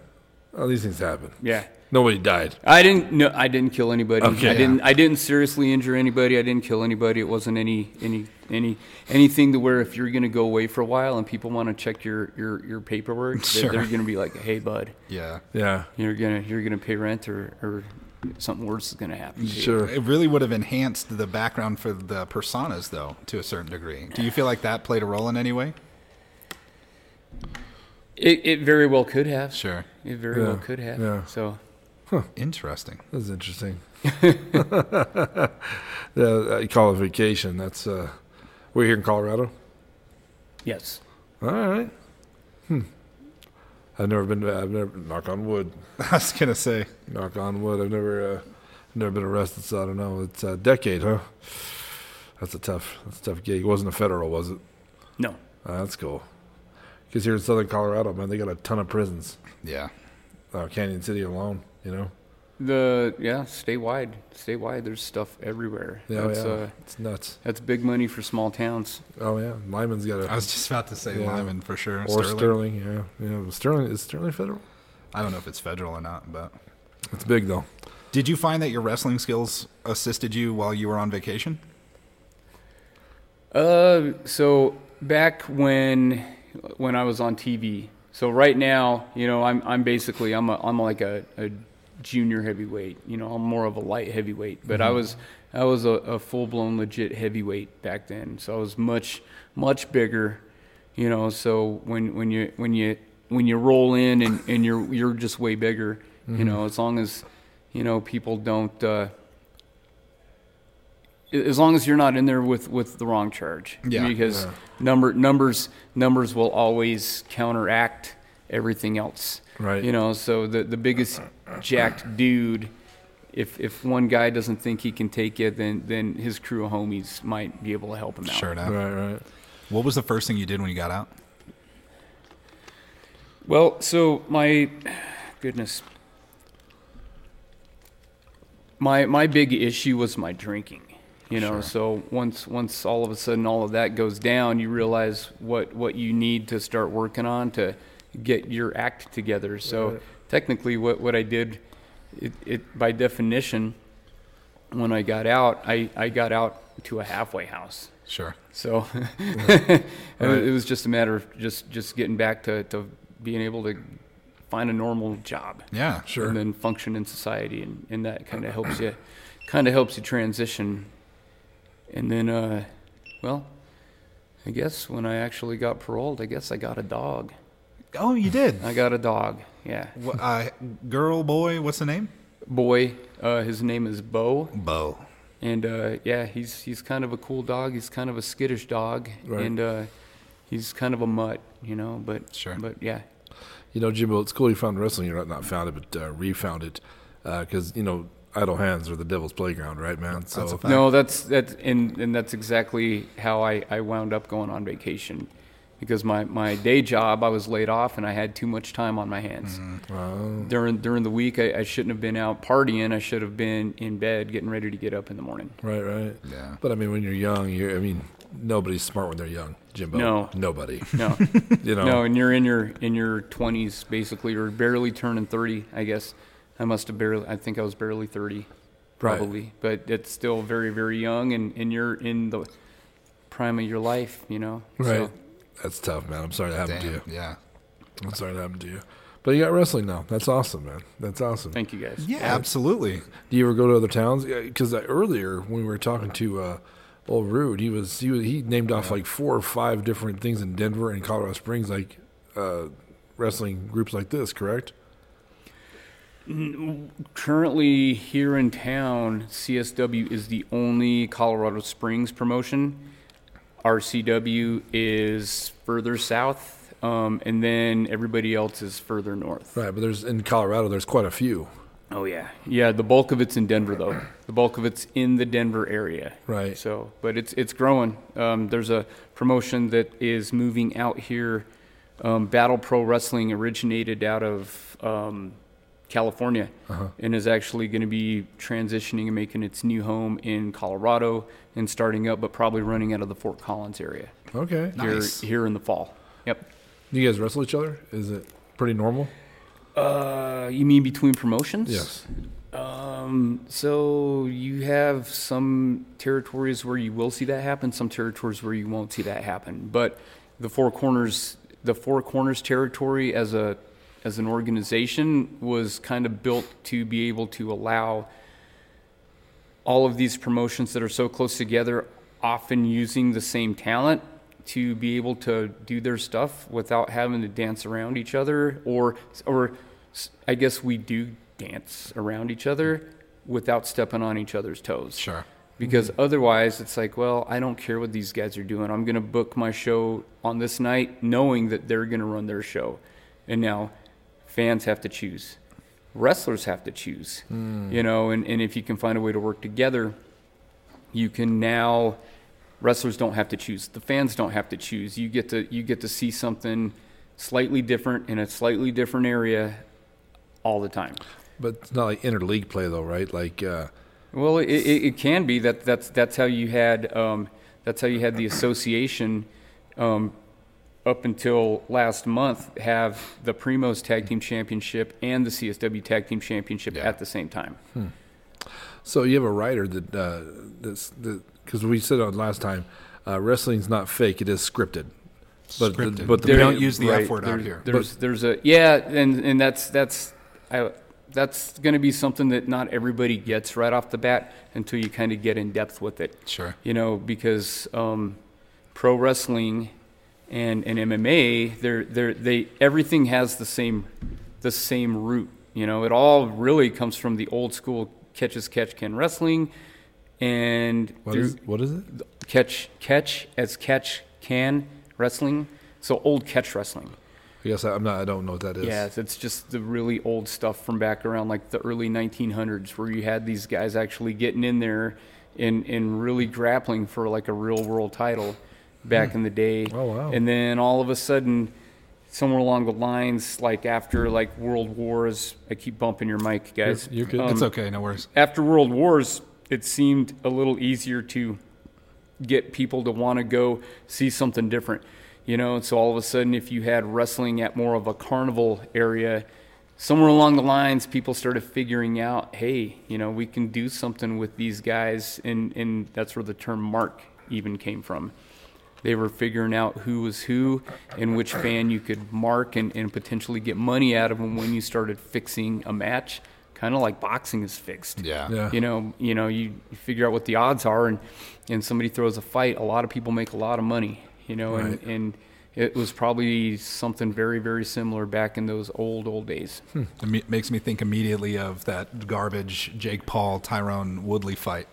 Speaker 1: Well, these things happen.
Speaker 3: Yeah.
Speaker 1: Nobody died.
Speaker 3: I didn't. No, I didn't kill anybody.
Speaker 1: Okay.
Speaker 3: I didn't. I didn't seriously injure anybody. I didn't kill anybody. It wasn't any any any anything to where if you're going to go away for a while and people want to check your your your paperwork, that
Speaker 2: Sure.
Speaker 3: they're going to be like, "Hey, bud,
Speaker 2: Yeah.
Speaker 1: Yeah,
Speaker 3: you're gonna you're gonna pay rent or or something worse is going to happen." to you."
Speaker 1: sure.
Speaker 2: It really would have enhanced the background for the personas, though, to a certain degree. Do you feel like that played a role in any way?
Speaker 3: It it very well could have.
Speaker 2: Sure.
Speaker 3: It very
Speaker 1: Yeah.
Speaker 3: well could have.
Speaker 1: Yeah.
Speaker 3: So
Speaker 2: Interesting.
Speaker 1: That's interesting. yeah, uh, call it vacation. That's uh, we're here in Colorado.
Speaker 3: yes.
Speaker 1: All right. Hmm. I've never been. I've never knock on wood.
Speaker 2: I was gonna say.
Speaker 1: Knock on wood. I've never. Uh, never been arrested. So I don't know. It's a decade, huh? That's a tough. That's a tough gig. It wasn't a federal, was it?
Speaker 3: No.
Speaker 1: Uh, that's cool. Because here in Southern Colorado, man, they got a ton of prisons.
Speaker 2: Yeah.
Speaker 1: Uh, Canyon City alone, you know.
Speaker 3: The yeah, statewide, statewide. There's stuff everywhere.
Speaker 1: Yeah,
Speaker 3: that's,
Speaker 1: yeah.
Speaker 3: Uh,
Speaker 1: it's nuts.
Speaker 3: that's big money for small towns.
Speaker 1: Oh yeah, Lyman's got a
Speaker 2: I was just about to say
Speaker 1: Yeah.
Speaker 2: Lyman for sure.
Speaker 1: or
Speaker 2: Sterling.
Speaker 1: Sterling. Yeah, yeah. Sterling is Sterling federal.
Speaker 2: I don't know if it's federal or not, but
Speaker 1: It's big though.
Speaker 2: did you find that your wrestling skills assisted you while you were on vacation?
Speaker 3: Uh, so back when when I was on TV. So right now, you know, I'm I'm basically I'm a, I'm like a, a junior heavyweight. You know, I'm more of a light heavyweight, but I was I was a, a full blown legit heavyweight back then. So I was much much bigger. You know, so when when you when you when you roll in and, and you're you're just way bigger. You know, as long as you know people don't. Uh, as long as you're not in there with, with the wrong charge.
Speaker 2: Yeah.
Speaker 3: Because number numbers numbers will always counteract everything else.
Speaker 1: Right.
Speaker 3: You know, so the the biggest jacked dude, if if one guy doesn't think he can take it, then then his crew of homies might be able to help him out.
Speaker 2: Sure enough.
Speaker 1: Right, right.
Speaker 2: What was the first thing you did when you got out?
Speaker 3: Well, so my goodness. My my big issue was my drinking. You know, so once once all of a sudden all of that goes down, you realize what what you need to start working on to get your act together. So technically what what I did it, it by definition when I got out, I I got out to a halfway house.
Speaker 2: Sure.
Speaker 3: So it, was, it was just a matter of just just getting back to, to being able to find a normal job
Speaker 2: Yeah. Sure.
Speaker 3: and then function in society, and, and that kind of helps you kind of helps you transition. And then, uh, well, I guess when I actually got paroled, I guess I got a dog.
Speaker 2: Oh, you did.
Speaker 3: I got a dog. Yeah,
Speaker 2: Wh- uh, girl, boy, what's the name?
Speaker 3: boy. Uh, his name is Bo.
Speaker 2: Bo.
Speaker 3: and uh, yeah, he's he's kind of a cool dog. He's kind of a skittish dog,
Speaker 1: Right.
Speaker 3: and uh, he's kind of a mutt, you know. But
Speaker 2: Sure.
Speaker 3: but yeah,
Speaker 1: You know, Jimbo, it's cool you found wrestling. You're not, not found it, but uh, refound it, because you know idle hands are the devil's playground, right, man? So
Speaker 2: That's a fact.
Speaker 3: no, that's that's and and that's exactly how I I wound up going on vacation, because my my day job I was laid off and I had too much time on my hands.
Speaker 1: Mm-hmm. Wow.
Speaker 3: During during the week I, I shouldn't have been out partying. I should have been in bed getting ready to get up in the morning.
Speaker 1: right, right.
Speaker 2: Yeah.
Speaker 1: But I mean, when you're young, you're. I mean, nobody's smart when they're young, Jimbo.
Speaker 3: No.
Speaker 1: nobody.
Speaker 3: No.
Speaker 1: You know.
Speaker 3: No, and you're in your in your twenties basically, or barely turning thirty, I guess. I must have barely. I think I was barely thirty,
Speaker 1: Right.
Speaker 3: probably. But it's still very very young, and and you're in the prime of your life, you know.
Speaker 1: Right.
Speaker 3: So,
Speaker 1: That's tough, man. I'm sorry that happened
Speaker 2: Damn.
Speaker 1: to you.
Speaker 2: Yeah.
Speaker 1: I'm sorry that happened to you. But you got wrestling now. That's awesome, man. That's awesome.
Speaker 3: thank you guys.
Speaker 2: Yeah, absolutely.
Speaker 1: Do you ever go to other towns? Because earlier when we were talking to uh, old Rude, he was he was, he named off like four or five different things in Denver and Colorado Springs, like uh, wrestling groups like this. Correct?
Speaker 3: Currently here in town, CSW is the only Colorado Springs promotion. RCW is further south, um, and then everybody else is further north.
Speaker 1: Right. But there's in Colorado, there's quite a few.
Speaker 3: Oh yeah, yeah. The bulk of it's in Denver though. The bulk of it's in the Denver area.
Speaker 1: Right.
Speaker 3: So, but it's it's growing. Um, there's a promotion that is moving out here. Um, Battle Pro Wrestling originated out of um, California and is actually going to be transitioning and making its new home in Colorado and starting up, but probably running out of the Fort Collins area
Speaker 1: Okay.
Speaker 2: Nice.
Speaker 3: here here in the fall. Yep.
Speaker 1: Do you guys wrestle each other? Is it pretty normal?
Speaker 3: Uh, you mean between promotions?
Speaker 1: Yes.
Speaker 3: Um, so you have some territories where you will see that happen, some territories where you won't see that happen. But the Four Corners, the Four Corners territory as a as an organization was kind of built to be able to allow all of these promotions that are so close together, often using the same talent to be able to do their stuff without having to dance around each other, or or s- I guess we do dance around each other without stepping on each other's toes.
Speaker 2: Sure.
Speaker 3: Because otherwise, it's like, well, I don't care what these guys are doing. I'm going to book my show on this night knowing that they're going to run their show. And now fans have to choose, wrestlers have to choose, you know, and, and if you can find a way to work together, you can now wrestlers don't have to choose the fans don't have to choose you get to you get to see something slightly different in a slightly different area all the time
Speaker 1: But it's not like interleague play though, right? Like uh,
Speaker 3: Well, it, it, it can be that that's that's how you had um, that's how you had the association um, up until last month have the Primos Tag Team Championship and the CSW Tag Team Championship
Speaker 2: Yeah.
Speaker 3: at the same time.
Speaker 1: so you have a writer that uh, that's that because we said on last time, uh, wrestling's not fake; it is scripted. But the-
Speaker 2: Scripted.
Speaker 1: but the
Speaker 2: they
Speaker 1: pa-
Speaker 2: don't use the
Speaker 3: right,
Speaker 2: F word out
Speaker 3: there's-
Speaker 2: here.
Speaker 3: There's there's a yeah, and and that's that's I, that's going to be something that not everybody gets right off the bat until you kind of get in depth with it.
Speaker 2: Sure.
Speaker 3: you know, because um, pro wrestling and, and MMA, they're, they're, they everything has the same the same root. You know, it all really comes from the old school catch as catch can wrestling, and
Speaker 1: What
Speaker 3: through-
Speaker 1: is what is it?
Speaker 3: catch catch as catch can wrestling. So old catch wrestling.
Speaker 1: I guess I, I'm not. I don't know what that is.
Speaker 3: Yeah, it's- it's just the really old stuff from back around like the early 1900s, where you had these guys actually getting in there and and really grappling for like a real world title back in the day.
Speaker 1: Oh, wow.
Speaker 3: And then all of a sudden, somewhere along the lines, like after like World Wars, I keep bumping your mic, guys. Um,
Speaker 1: you're good.
Speaker 2: it's okay. No worries.
Speaker 3: After World Wars, it seemed a little easier to get people to want to go see something different, you know. And so all of a sudden, if you had wrestling at more of a carnival area, somewhere along the lines, people started figuring out, hey, you know, we can do something with these guys, and and that's where the term mark even came from. They were figuring out who was who and which fan you could mark and, and potentially get money out of them when you started fixing a match, kind of like boxing is fixed
Speaker 2: Yeah.
Speaker 1: Yeah.
Speaker 3: you know you know you you figure out what the odds are and and somebody throws a fight a lot of people make a lot of money you know
Speaker 1: Right.
Speaker 3: and and it was probably something very very similar back in those old old days
Speaker 2: It me- makes me think immediately of that garbage Jake Paul Tyrone Woodley fight.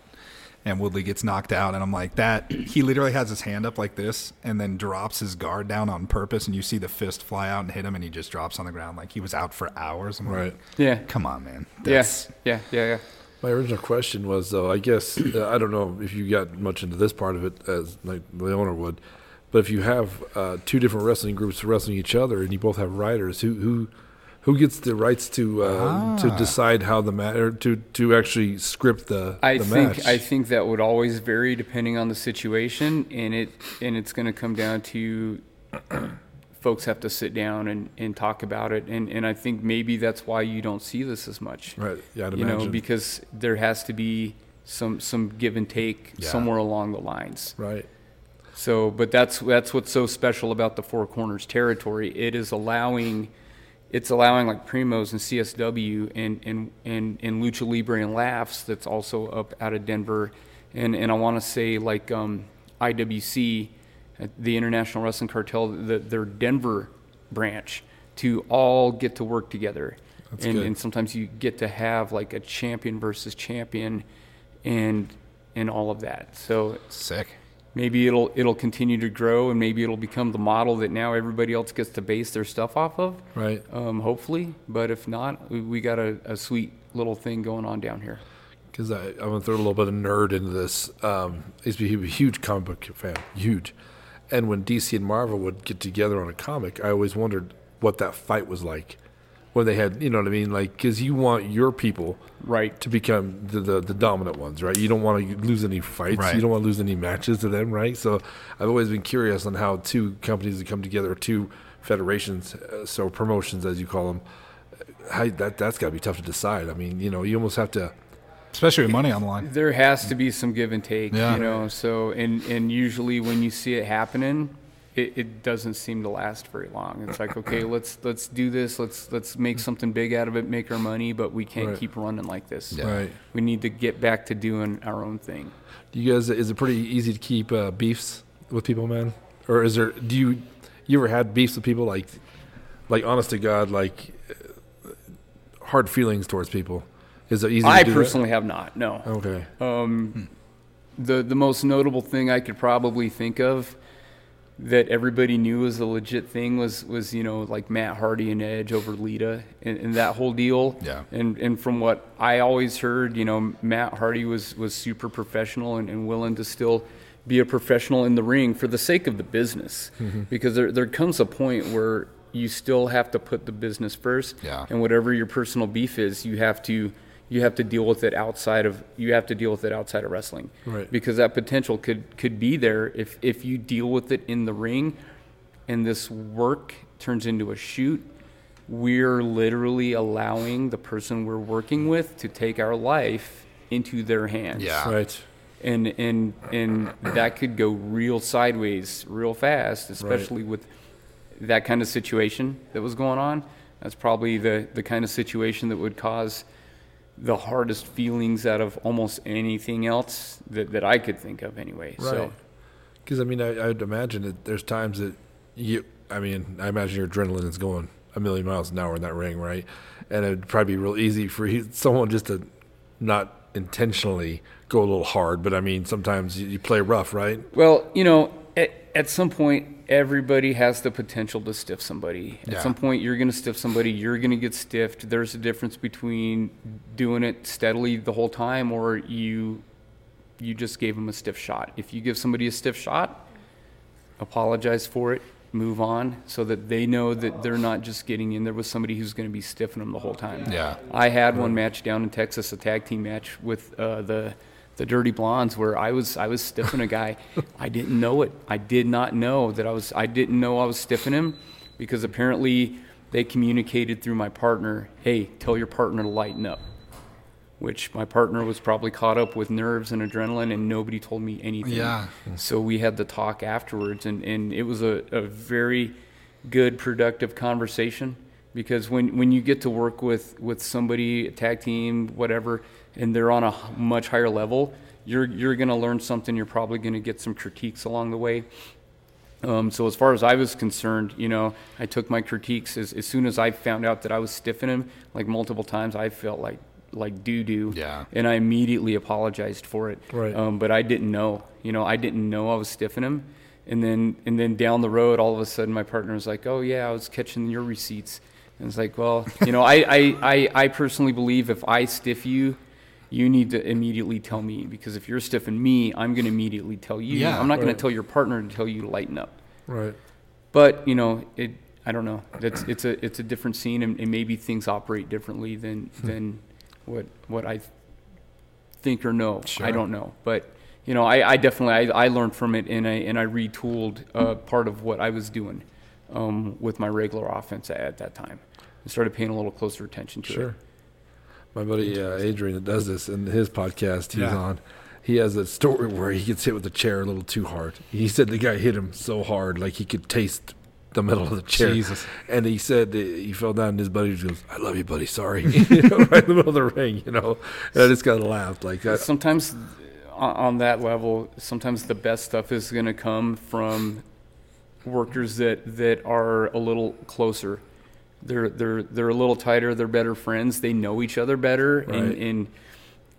Speaker 2: And Woodley gets knocked out, and I'm like, that. He literally has his hand up like this and then drops his guard down on purpose. And you see the fist fly out and hit him, and he just drops on the ground like he was out for hours. I'm
Speaker 1: Right.
Speaker 2: Like,
Speaker 3: yeah
Speaker 2: Come on, man.
Speaker 3: yes yeah. yeah yeah yeah
Speaker 1: My original question was though. I guess uh, I don't know if you got much into this part of it as like the owner would, but if you have uh, two different wrestling groups wrestling each other and you both have writers, who who who gets the rights to uh, to decide how the matter to to actually script the
Speaker 3: I
Speaker 1: the
Speaker 3: think
Speaker 1: match?
Speaker 3: I think that would always vary depending on the situation, and it and it's going to come down to folks have to sit down and, and talk about it, and and I think maybe that's why you don't see this as much.
Speaker 1: right. Yeah, I'd
Speaker 3: you
Speaker 1: imagine.
Speaker 3: know because there has to be some some give and take
Speaker 2: Yeah.
Speaker 3: somewhere along the lines
Speaker 1: right.
Speaker 3: so but that's that's what's so special about the four corners territory it is allowing it's allowing like primos and csw and and and, and lucha libre and laughs that's also up out of denver and and i want to say like um iwc uh, the international wrestling cartel the, their denver branch to all get to work together
Speaker 1: That's
Speaker 3: and,
Speaker 1: good.
Speaker 3: and sometimes you get to have like a champion versus champion and and all of that so
Speaker 2: Sick.
Speaker 3: maybe it'll it'll continue to grow and maybe it'll become the model that now everybody else gets to base their stuff off of.
Speaker 1: Right.
Speaker 3: Um, hopefully, but if not, we, we got a, a sweet little thing going on down here.
Speaker 1: because I'm gonna throw a little bit of nerd into this. Um, I used to be a huge comic book fan, huge. And when DC and Marvel would get together on a comic, I always wondered what that fight was like when they had, you know what I mean, like because you want your people
Speaker 3: Right.
Speaker 1: to become the, the the dominant ones, right? You don't want to lose any fights,
Speaker 2: Right.
Speaker 1: you don't want to lose any matches to them, right? So I've always been curious on how two companies that come together, two federations, uh, so promotions as you call them. uh, How, that that's got to be tough to decide. I mean, you know, you almost have to.
Speaker 2: especially with money on the line.
Speaker 3: There has to be some give and take,
Speaker 2: Yeah.
Speaker 3: you know. So, and and usually when you see it happening, it, it doesn't seem to last very long. It's like, okay, let's let's do this. Let's let's make something big out of it, make our money, but we can't
Speaker 1: Right.
Speaker 3: keep running like this.
Speaker 1: Right.
Speaker 3: We need to get back to doing our own thing.
Speaker 1: Do you guys is it pretty easy to keep uh, beefs with people, man? Or is there do you you ever had beefs with people like like honest to god like uh, hard feelings towards people? Is it Oh, easy?
Speaker 3: I
Speaker 1: to do that?
Speaker 3: personally Uh. have not. No.
Speaker 1: okay.
Speaker 3: the the most notable thing I could probably think of that everybody knew was a legit thing was was you know like Matt Hardy and Edge over Lita and, and that whole deal.
Speaker 2: Yeah.
Speaker 3: And and from what I always heard, you know, Matt Hardy was was super professional and, and willing to still be a professional in the ring for the sake of the business,
Speaker 2: Mm-hmm.
Speaker 3: because there there comes a point where you still have to put the business first
Speaker 2: Yeah.
Speaker 3: and whatever your personal beef is, you have to you have to deal with it outside of you have to deal with it outside of wrestling.
Speaker 1: Right.
Speaker 3: Because that potential could could be there if if you deal with it in the ring and this work turns into a shoot, we're literally allowing the person we're working with to take our life into their hands
Speaker 2: Yeah.
Speaker 1: Right.
Speaker 3: and and and that could go real sideways real fast, especially with that kind of situation that was going on. That's probably the the kind of situation that would cause the hardest feelings out of almost anything else that, that I could think of anyway.
Speaker 1: Right.
Speaker 3: So
Speaker 1: Because I mean, I, I'd imagine that there's times that you. I mean, I imagine your adrenaline is going a million miles an hour in that ring, right? And it'd probably be real easy for you, someone just to not intentionally go a little hard, but I mean, sometimes you, you play rough, right?
Speaker 3: Well, you know, at, at some point, everybody has the potential to stiff somebody. At
Speaker 2: Yeah.
Speaker 3: some point, you're going to stiff somebody. You're going to get stiffed. There's a difference between doing it steadily the whole time, or you you just gave them a stiff shot. If you give somebody a stiff shot, apologize for it, move on, so that they know that they're not just getting in there with somebody who's going to be stiffing them the whole time.
Speaker 2: Yeah.
Speaker 3: I had one match down in Texas, a tag team match with uh, the the Dirty Blondes, where I was I was stiffing a guy. I didn't know it. I did not know that I was I didn't know I was stiffing him because apparently they communicated through my partner, "Hey, tell your partner to lighten up." Which my partner was probably caught up with nerves and adrenaline, and nobody told me anything.
Speaker 2: Yeah.
Speaker 3: So we had the talk afterwards, and, and it was a, a very good, productive conversation because when, when you get to work with, with somebody, a tag team, whatever, and they're on a h- much higher level, you're, you're going to learn something. You're probably going to get some critiques along the way. Um, so as far as I was concerned, you know, I took my critiques as, as soon as I found out that I was stiffing him like multiple times. I felt like like doo doo,
Speaker 2: Yeah.
Speaker 3: and I immediately apologized for it.
Speaker 1: Right.
Speaker 3: Um, but I didn't know, you know, I didn't know I was stiffing him, and then and then down the road, all of a sudden, my partner was like, "Oh yeah, I was catching your receipts," and it's like, well, you know, I I, I I personally believe if I stiff you. You need to immediately tell me because if you're stiffing me, I'm going to immediately tell you.
Speaker 2: Yeah.
Speaker 3: I'm not going
Speaker 1: Right.
Speaker 3: to tell your partner to tell you to lighten up.
Speaker 1: Right.
Speaker 3: But you know, it. I don't know. That's it's a it's a different scene, and, and maybe things operate differently than than what what I think or know. I
Speaker 2: Sure.
Speaker 3: don't know, but you know, I, I definitely I, I learned from it, and I and I retooled uh, part of what I was doing um, with my regular offense at, at that time. I started paying a little closer attention to it.
Speaker 1: Sure. My buddy uh, Adrian that does this in his podcast he's
Speaker 2: Yeah.
Speaker 1: on, he has a story where he gets hit with a chair a little too hard. He said the guy hit him so hard, like he could taste the metal of the chair.
Speaker 2: Jesus.
Speaker 1: And he said that he fell down, and his buddy just goes, "I love you, buddy. Sorry," you know, right in the middle of the ring. You know, and I just got laughed like that.
Speaker 3: sometimes uh, on, on that level, sometimes the best stuff is going to come from workers that that are a little closer. They're they're they're a little tighter. They're better friends. They know each other better,
Speaker 1: Right.
Speaker 3: and, and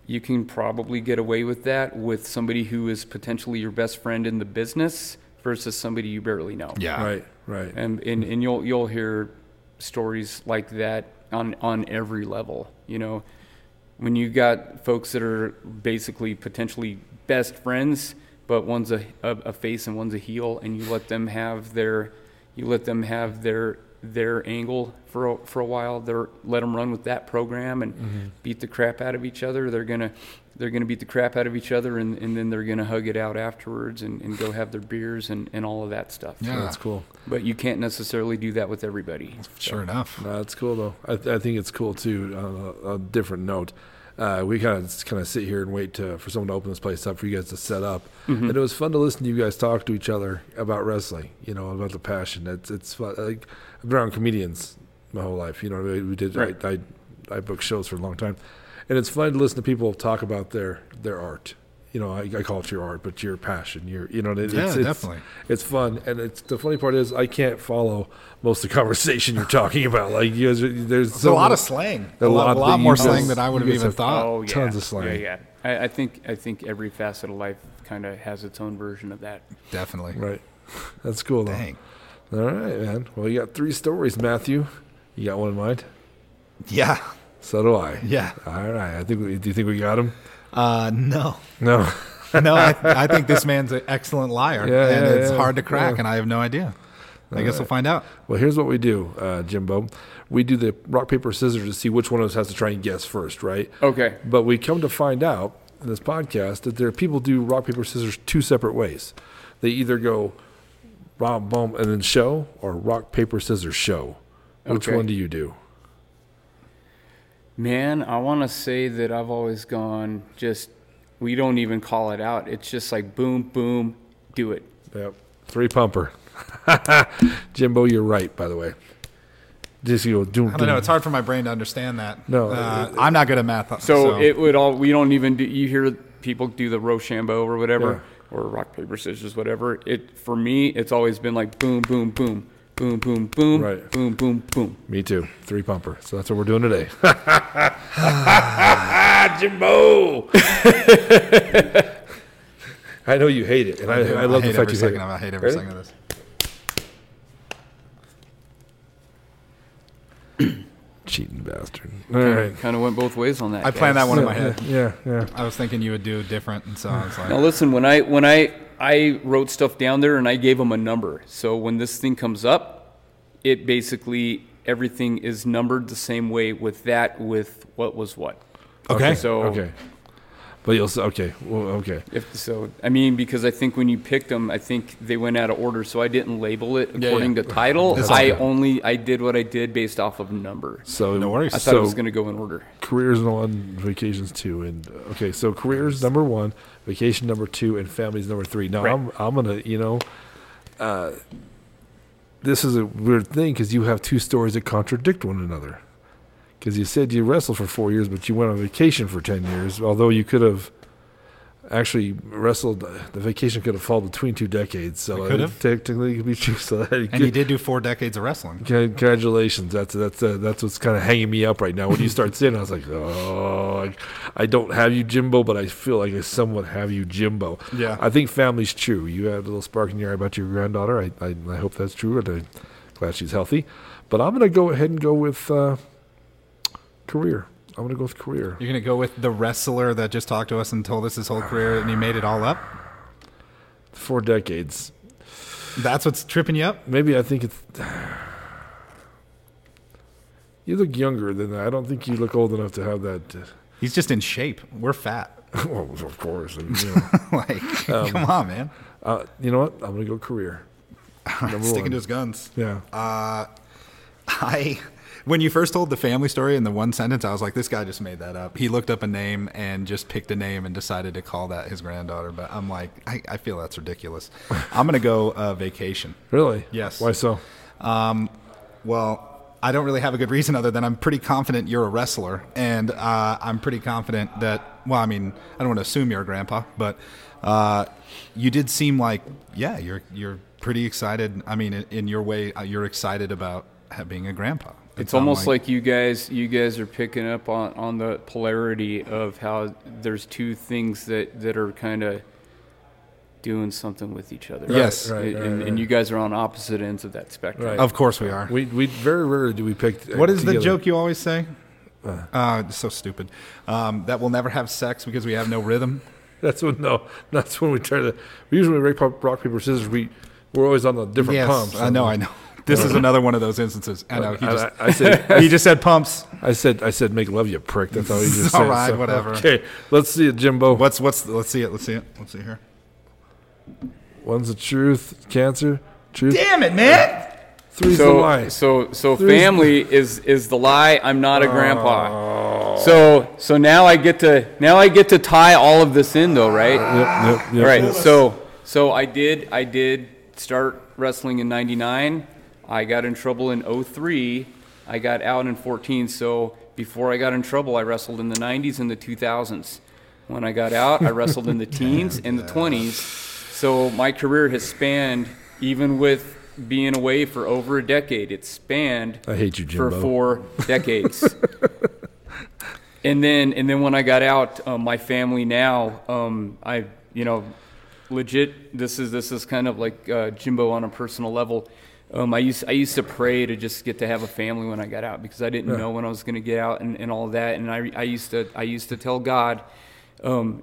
Speaker 3: you can probably get away with that with somebody who is potentially your best friend in the business versus somebody you barely know.
Speaker 2: Yeah.
Speaker 1: Right, right.
Speaker 3: And, and and you'll you'll hear stories like that on on every level. You know, when you got folks that are basically potentially best friends, but one's a, a, a face and one's a heel, and you let them have their you let them have their their angle for a, for a while. They're let them run with that program and beat the crap out of each other. They're gonna they're gonna beat the crap out of each other, and, and then they're gonna hug it out afterwards and, and go have their beers and, and all of that stuff.
Speaker 2: Yeah.
Speaker 1: That's cool.
Speaker 3: But you can't necessarily do that with everybody.
Speaker 2: Sure enough.
Speaker 1: No, that's cool though. I, th- I think it's cool too. On a, a different note, uh, we kind of kind of sit here and wait to, for someone to open this place up for you guys to set up.
Speaker 2: Mm-hmm.
Speaker 1: And it was fun to listen to you guys talk to each other about wrestling. You know about the passion. It's it's fun. Like I've been around comedians my whole life. You know we, we did.
Speaker 3: Right.
Speaker 1: I, I I booked shows for a long time, and it's fun to listen to people talk about their their art. You know, I, I call it your art, but your passion, your you know, it,
Speaker 2: Yeah,
Speaker 1: it's, it's-
Speaker 2: definitely.
Speaker 1: it's fun, and it's the funny part is I can't follow most of the conversation you're talking about. Like you guys, there's
Speaker 2: There's a lot of slang.
Speaker 1: A
Speaker 2: A
Speaker 1: lot
Speaker 2: lot, a
Speaker 1: that
Speaker 2: lot
Speaker 1: you
Speaker 2: more
Speaker 1: guys-
Speaker 2: slang than I would
Speaker 1: you
Speaker 2: have
Speaker 1: guys
Speaker 2: even
Speaker 1: have-
Speaker 2: thought.
Speaker 3: Oh yeah,
Speaker 1: tons of slang.
Speaker 3: Yeah, yeah. I, I think I think every facet of life kind of has its own version of that.
Speaker 2: Definitely.
Speaker 1: right. That's cool though.
Speaker 2: Dang.
Speaker 1: All right, man. Well, you got three stories, Matthew. You got one in mind.
Speaker 2: Yeah.
Speaker 1: So do I.
Speaker 2: Yeah.
Speaker 1: All right. I think. We, do you think we got him?
Speaker 2: Uh, no.
Speaker 1: No.
Speaker 2: No, I, I think this man's an excellent liar,
Speaker 1: Yeah,
Speaker 2: and
Speaker 1: yeah,
Speaker 2: it's
Speaker 1: yeah,
Speaker 2: hard to crack,
Speaker 1: yeah. Uh,
Speaker 2: and I have no idea. I guess we'll find out.
Speaker 1: Well, here's what we do, uh, Jimbo. We do the rock paper scissors to see which one of us has to try and guess first, right?
Speaker 3: Okay.
Speaker 1: But we come to find out in this podcast that there are people do rock paper scissors two separate ways. They either go bomb boom and then show, or rock paper scissors show. Which
Speaker 3: Okay.
Speaker 1: one do you do?
Speaker 3: Man, I want to say that I've always gone just we don't even call it out. It's just like boom, boom, do it.
Speaker 1: Yep. Three pumper. Jimbo, you're right, by the way. Just go doom,
Speaker 2: I don't know. It's hard for my brain to understand that.
Speaker 1: No,
Speaker 2: uh, I'm not good at math.
Speaker 3: So, it would all we don't even do. You hear people do the Rochambeau or whatever, or rock paper scissors, whatever. It for me, it's always been like boom, boom, boom, boom, boom, boom,
Speaker 1: Right.
Speaker 3: boom, boom, boom.
Speaker 1: Me too. Three pumper. So that's what we're doing today. Jimbo! I know you hate it, and I,
Speaker 2: I, do.
Speaker 1: I love
Speaker 2: hate
Speaker 1: the fact you hate
Speaker 2: every second
Speaker 1: it.
Speaker 2: of it. I hate every
Speaker 1: Ready?
Speaker 2: second of this.
Speaker 1: Cheating bastard. All right.
Speaker 3: Kind of went both ways on that.
Speaker 2: I planned
Speaker 3: guys.
Speaker 2: that one in my head.
Speaker 1: Yeah, yeah.
Speaker 2: I was thinking you would do different, and so I was
Speaker 3: Now
Speaker 2: like,
Speaker 3: listen, when I when I I wrote stuff down there and I gave them a number. So when this thing comes up, it basically everything is numbered the same way with that with what was what.
Speaker 2: okay.
Speaker 3: So
Speaker 1: Okay. But you'll say, okay. Well, okay.
Speaker 3: if so, I mean because I think when you picked them, I think they went out of order, so I didn't label it
Speaker 2: yeah.
Speaker 3: according to title.
Speaker 2: That's
Speaker 3: I
Speaker 2: okay.
Speaker 3: only I did what I did based off of number.
Speaker 1: So
Speaker 2: No worries.
Speaker 3: I thought
Speaker 1: so
Speaker 3: it was going to go in order.
Speaker 1: careers one, vacations two, and uh, okay. So careers number one, vacation number two, and families number three. Now
Speaker 3: Right.
Speaker 1: I'm I'm gonna you know, uh, this is a weird thing because you have two stories that contradict one another. Because you said you wrestled for four years, but you went on vacation for ten years. Although you could have actually wrestled, uh, the vacation could have fallen between two decades. So
Speaker 2: could
Speaker 1: it
Speaker 2: have.
Speaker 1: technically could be true. So that
Speaker 2: and he did do four decades of wrestling.
Speaker 1: Congratulations. That's that's uh, that's what's kind of hanging me up right now. When you start saying, I was like, oh, I, I don't have you, Jimbo, but I feel like I somewhat have you, Jimbo.
Speaker 2: Yeah.
Speaker 1: I think family's true. You had a little spark in your eye about your granddaughter. I I, I hope that's true, and I'm glad she's healthy. But I'm gonna go ahead and go with uh, career. I'm gonna go with career.
Speaker 2: You're gonna go with the wrestler that just talked to us and told us his whole career, and he made it all up.
Speaker 1: Four decades.
Speaker 2: That's what's tripping you up.
Speaker 1: Maybe I think it's. You look younger than that. I don't think you look old enough to have that. uh,
Speaker 2: He's just in shape. We're fat.
Speaker 1: well, of course. I mean, you know.
Speaker 2: like,
Speaker 1: Um,
Speaker 2: come on, man.
Speaker 1: Uh, you know what? I'm gonna go career. Number one.
Speaker 2: Sticking to Uh, his guns.
Speaker 1: yeah.
Speaker 2: I when you first told the family story in the one sentence, I was like, this guy just made that up. He looked up a name and just picked a name and decided to call that his granddaughter. But I'm like, I, I feel that's ridiculous. I'm gonna go uh, vacation.
Speaker 1: really?
Speaker 2: yes.
Speaker 1: Why so?
Speaker 2: Well, I don't really have a good reason other than I'm pretty confident you're a wrestler, and uh, I'm pretty confident that. Well, I mean, I don't want to assume you're a grandpa, but uh, you did seem like, yeah, you're you're pretty excited. I mean, in, in your way, uh, you're excited about ha- being a grandpa.
Speaker 3: It's almost like, you guys you guys are picking up on, on the polarity of how there's two things that, that are kind of doing something with each other.
Speaker 2: Yes.
Speaker 1: Right, right,
Speaker 3: and,
Speaker 1: right,
Speaker 3: and you guys are on opposite ends of that spectrum.
Speaker 1: Right.
Speaker 2: of course we are.
Speaker 1: We we very rarely do we pick. uh,
Speaker 2: What is the
Speaker 1: together.
Speaker 2: joke you always say? Uh, it's so stupid. Um, that we'll never have sex because we have no rhythm.
Speaker 1: That's when no. That's when we try to. We usually rock, pop- rock paper scissors. We we're always on the different pumps.
Speaker 2: I know, I know. This is another one of those instances. I know. He
Speaker 1: I-
Speaker 2: just,
Speaker 1: I- I said-
Speaker 2: he just said pumps.
Speaker 1: I said I said make love you prick. That's how he just
Speaker 2: All
Speaker 1: said.
Speaker 2: right, whatever.
Speaker 1: Okay, let's see it, Jimbo.
Speaker 2: What's what's? Let's see it. Let's see it. Let's see here.
Speaker 1: One's the truth, cancer. Truth.
Speaker 2: Damn it, man!
Speaker 1: Three's
Speaker 3: so,
Speaker 1: the lie.
Speaker 3: So so
Speaker 1: There's-
Speaker 3: family is is the lie. I'm not a grandpa.
Speaker 1: Oh.
Speaker 3: So so now I get to now I get to tie all of this in though, right?
Speaker 1: Yep, yep, yep.
Speaker 3: Right. So so I did I did start wrestling in 99. I got in trouble in 03. I got out in 14. So before I got in trouble, I wrestled in the 90s and the 2000s. When I got out, I wrestled in the teens and the 20s. So my career has spanned, even with being away for over a decade, it's spanned
Speaker 1: I hate you,
Speaker 3: for
Speaker 1: Jimbo.
Speaker 3: four decades. and then, and then when I got out, um, my family now, um, I, you know, legit. This is this is kind of like uh, Jimbo on a personal level. Um, I used I used to pray to just get to have a family when I got out because I didn't know when I was going to get out and, and all that. And I I used to I used to tell God. Um,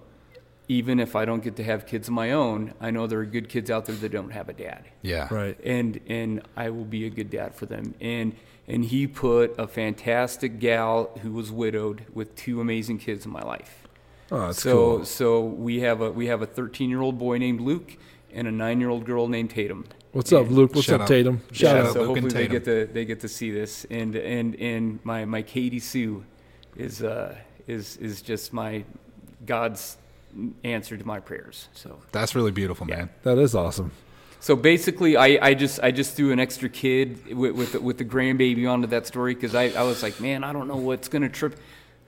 Speaker 3: even if I don't get to have kids of my own, I know there are good kids out there that don't have a dad
Speaker 2: Yeah.
Speaker 1: Right.
Speaker 3: and and I will be a good dad for them. And and he put a fantastic gal who was widowed with two amazing kids in my life.
Speaker 1: Oh, that's
Speaker 3: so
Speaker 1: cool.
Speaker 3: so we have a we have a 13 year old boy named Luke and a nine year old girl named Tatum.
Speaker 1: What's up, Luke? What's
Speaker 2: Shout
Speaker 1: up,
Speaker 2: out.
Speaker 1: Tatum?
Speaker 2: Shout
Speaker 1: Shout
Speaker 2: out.
Speaker 1: out.
Speaker 3: so
Speaker 2: Luke and
Speaker 3: hopefully they
Speaker 2: Tatum.
Speaker 3: get to they get to see this. And and and my my Katie Sue is uh is is just my God's answer to my prayers. So.
Speaker 2: That's really beautiful, man.
Speaker 1: That is awesome.
Speaker 3: So basically, I, I just I just threw an extra kid with with, the- with the grandbaby onto that story because I, I was like, man, I don't know what's gonna trip.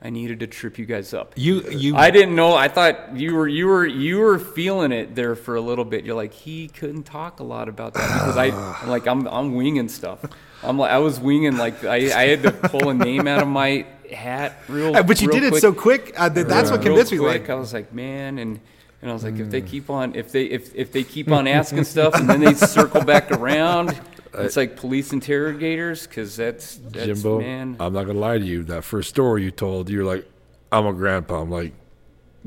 Speaker 3: I needed to trip you guys up.
Speaker 2: You you
Speaker 3: I didn't know. I thought you were you were you were feeling it there for a little bit. You're like he couldn't talk a lot about that because I like I'm I'm winging stuff. I'm like I was winging like I, I had to pull a name out of my hat real.
Speaker 2: Uh, but you
Speaker 3: real
Speaker 2: did it
Speaker 3: quick.
Speaker 2: so quick. Uh, th- that's what
Speaker 3: Real
Speaker 2: convinced me.
Speaker 3: quick,
Speaker 2: Like, Mm.
Speaker 3: I was like, man, and and I was like, if they keep on, if they if if they keep on asking stuff, and then they circle back around, it's like police interrogators, because that's that's
Speaker 1: Jimbo,
Speaker 3: man.
Speaker 1: I'm not gonna lie to you. That first story you told, you're like, I'm a grandpa. I'm like,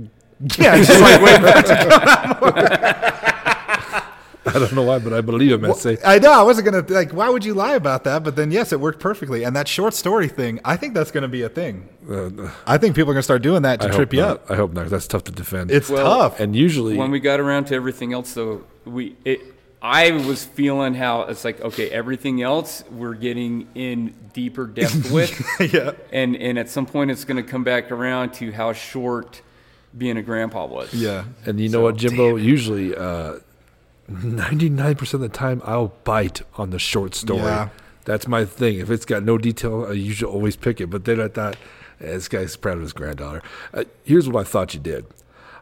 Speaker 2: yeah, just like wait.
Speaker 1: I don't know why, but I believe him. I say,
Speaker 2: I know. I wasn't gonna like. Why would you lie about that? But then, yes, it worked perfectly. And that short story thing, I think that's gonna be a thing.
Speaker 1: uh,
Speaker 2: I think people are gonna start doing that to
Speaker 1: I
Speaker 2: trip
Speaker 1: hope
Speaker 2: you
Speaker 1: not.
Speaker 2: up.
Speaker 1: I hope not. 'cause That's tough to defend.
Speaker 2: It's
Speaker 3: Well,
Speaker 2: tough.
Speaker 1: and usually
Speaker 3: when we got around to everything else, though, we it. I was feeling how it's like okay, everything else we're getting in deeper depth with,
Speaker 2: yeah.
Speaker 3: and and at some point it's going to come back around to how short being a grandpa was.
Speaker 2: Yeah.
Speaker 1: And you know what, Jimbo? Usually, uh, 99% of the time, I'll bite on the short story.
Speaker 2: Yeah.
Speaker 1: That's my thing. If it's got no detail, I usually always pick it. But then I thought, eh, this guy's proud of his granddaughter. Uh, here's what I thought you did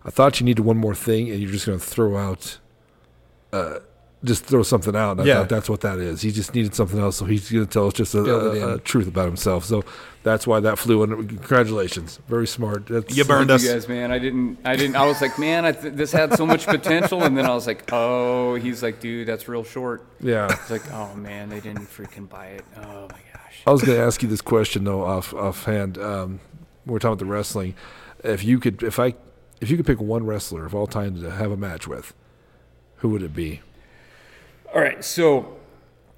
Speaker 1: I thought you needed one more thing, and you're just going to throw out. Uh, just throw something out. And I
Speaker 2: Yeah.
Speaker 1: thought that's what that is. He just needed something else, so he's going to tell us just a,
Speaker 2: Build it
Speaker 1: a-
Speaker 2: in.
Speaker 1: a truth about himself. So that's why that flew. And congratulations, very smart. That's,
Speaker 2: You burned
Speaker 3: Thank
Speaker 2: us.
Speaker 3: you guys, man. I didn't. I didn't. I was like, man, I th- this had so much potential, and then I was like, oh, he's like, dude, that's real short.
Speaker 1: Yeah,
Speaker 3: It's like, oh man, they didn't freaking buy it. Oh my gosh.
Speaker 1: I was going to ask you this question though, off offhand. Um, we we're talking about the wrestling. If you could, if I, if you could pick one wrestler of all time to have a match with, who would it be?
Speaker 3: All right, so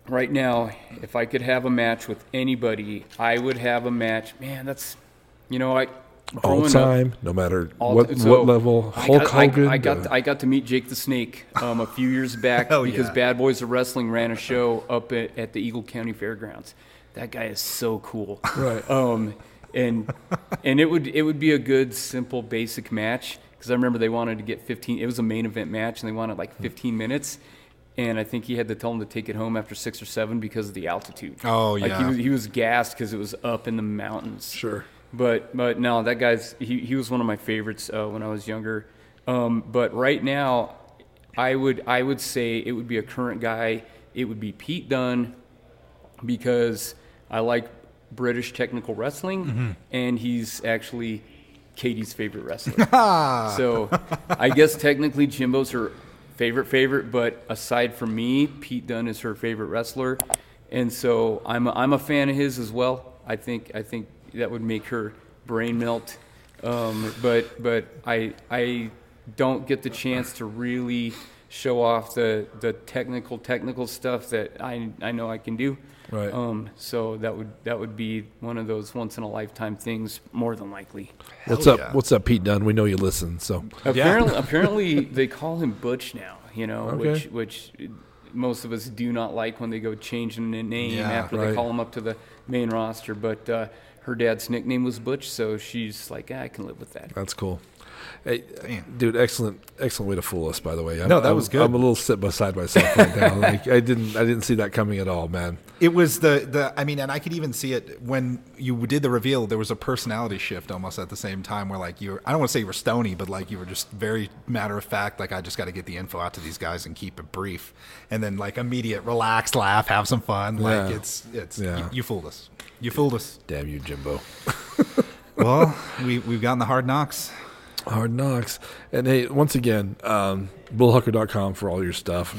Speaker 3: right now, if I could have a match with anybody, I would have a match. Man, that's, you know, I
Speaker 1: All
Speaker 3: growing up-
Speaker 1: time, no matter
Speaker 3: all-
Speaker 1: what
Speaker 3: so
Speaker 1: what level.
Speaker 3: I
Speaker 1: Hulk
Speaker 3: got, I-
Speaker 1: Hogan.
Speaker 3: I, got oh,
Speaker 1: uh,
Speaker 3: to, I got to meet Jake the Snake um, a few years back
Speaker 2: Hell
Speaker 3: because
Speaker 2: yeah.
Speaker 3: Bad Boys of Wrestling ran a show up at, at the Eagle County Fairgrounds. That guy is so cool.
Speaker 1: Right.
Speaker 3: Um, and and it would it would be a good simple basic match because I remember they wanted to get 15. It was a main event match and they wanted
Speaker 1: Hmm.
Speaker 3: like 15 minutes. And I think he had to tell him to take it home after six or seven because of the altitude.
Speaker 2: Oh,
Speaker 3: Like, he
Speaker 2: yeah.
Speaker 3: was, he was gassed because it was up in the mountains.
Speaker 1: Sure.
Speaker 3: But but no, that guy's he, he was one of my favorites uh, when I was younger. Um, but right now, I would I would say it would be a current guy. It would be Pete Dunne because I like British technical wrestling, and he's actually Katie's favorite wrestler. so I guess technically Jimbo's her favorite favorite, but aside from me, Pete Dunne is her favorite wrestler, and so I'm a, I'm a fan of his as well. I think I think that would make her brain melt. Um, but but I I don't get the chance to really show off the, the technical technical stuff that I I know I can do.
Speaker 1: Right.
Speaker 3: Um, so that would that would be one of those once in a lifetime things, more than likely.
Speaker 1: What's
Speaker 2: Hell
Speaker 1: up?
Speaker 2: yeah.
Speaker 1: What's up, Pete Dunn? We know you listen. So
Speaker 3: Apparently, apparently they call him Butch now. You know,
Speaker 1: Okay.
Speaker 3: which which most of us do not like when they go changing the name
Speaker 2: Yeah,
Speaker 3: after
Speaker 1: right.
Speaker 3: they call him up to the main roster. But uh, her dad's nickname was Butch, so she's like, "Ah, I can live with that.
Speaker 1: that's cool. Hey,
Speaker 2: Damn.
Speaker 1: dude, excellent, excellent way to fool us. By the way, I'm,
Speaker 2: No, that
Speaker 1: I'm-
Speaker 2: was good.
Speaker 1: I'm a little sit beside myself right now. Like I didn't, I didn't see that coming at all, man.
Speaker 2: It was the the I mean, and I could even see it when you did the reveal. There was a personality shift almost at the same time, where like you were I don't want to say you were stony, but like you were just very matter of fact. Like I just got to get the info out to these guys and keep it brief, and then like immediate, relax, laugh, have some fun. Like
Speaker 1: Yeah.
Speaker 2: it's it's
Speaker 1: Yeah.
Speaker 2: you, you fooled us. You fooled us.
Speaker 1: Damn you, Jimbo.
Speaker 2: well, we we've gotten the hard knocks.
Speaker 1: Hard knocks. And hey, once again, um, bullhucker.com for all your stuff.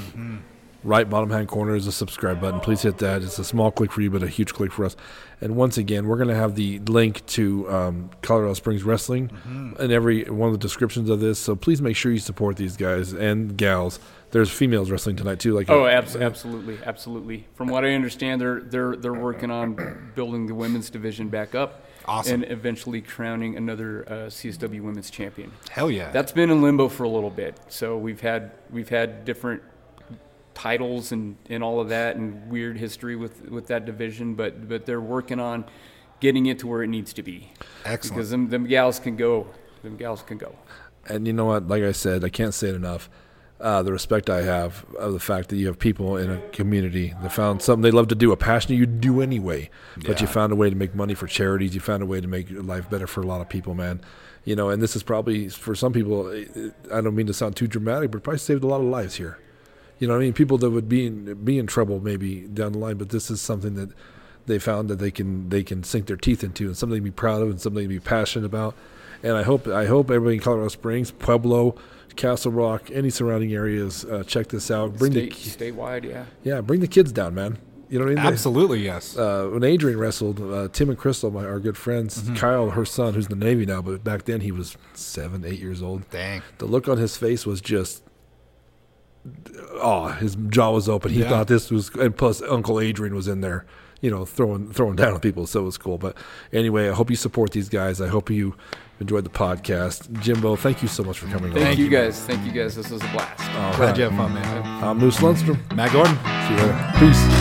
Speaker 1: Right bottom hand corner is a subscribe button. Please hit that. It's a small click for you, but a huge click for us. And once again, we're going to have the link to um, Colorado Springs Wrestling in every one of the descriptions of this. So please make sure you support these guys and gals. There's females wrestling tonight too. Like
Speaker 3: Oh, abs- absolutely, absolutely. From what I understand, they're they're they're working on building the women's division back up,
Speaker 2: Awesome.
Speaker 3: and eventually crowning another uh, CSW women's champion.
Speaker 2: Hell yeah.
Speaker 3: That's been in limbo for a little bit. So we've had we've had different titles and, and all of that and weird history with, with that division, but but they're working on getting it to where it needs to be.
Speaker 2: Excellent.
Speaker 3: Because them, them gals can go. Them gals can go.
Speaker 1: and you know what? Like I said, I can't say it enough. Uh, the respect I have of the fact that you have people in a community that found something they love to do, a passion you do anyway, but you
Speaker 2: Yeah.
Speaker 1: found a way to make money for charities. You found a way to make your life better for a lot of people, man. You know, and this is probably for some people. it- it- I don't mean to sound too dramatic, but probably saved a lot of lives here. You know, what I mean, people that would be in, be in trouble maybe down the line, but this is something that they found that they can they can sink their teeth into, and something to be proud of, and something to be passionate about. And I hope I hope everybody in Colorado Springs, Pueblo, Castle Rock, any surrounding areas, uh, check this out. Bring
Speaker 3: State,
Speaker 1: the
Speaker 3: statewide, yeah.
Speaker 1: yeah, bring the kids down, man. You know what I mean? They-
Speaker 2: Absolutely yes.
Speaker 1: uh, when Adrian wrestled, uh, Tim and Crystal, my our good friends, Kyle, her son, who's in the Navy now, but back then he was seven, eight years old.
Speaker 2: Dang.
Speaker 1: The look on his face was just oh, his jaw was open. He
Speaker 2: Yeah.
Speaker 1: thought this was, and plus Uncle Adrian was in there, you know, throwing throwing down on people, so it was cool. But anyway, I hope you support these guys. I hope you enjoyed the podcast, Jimbo. Thank you so much for coming.
Speaker 3: Thank,
Speaker 1: on.
Speaker 3: you guys. Thank you guys. This was a blast.
Speaker 1: All
Speaker 2: Glad
Speaker 1: right.
Speaker 2: you had fun, man.
Speaker 1: I'm Moose Lundstrom.
Speaker 2: Matt Gordon.
Speaker 1: See you later. Peace.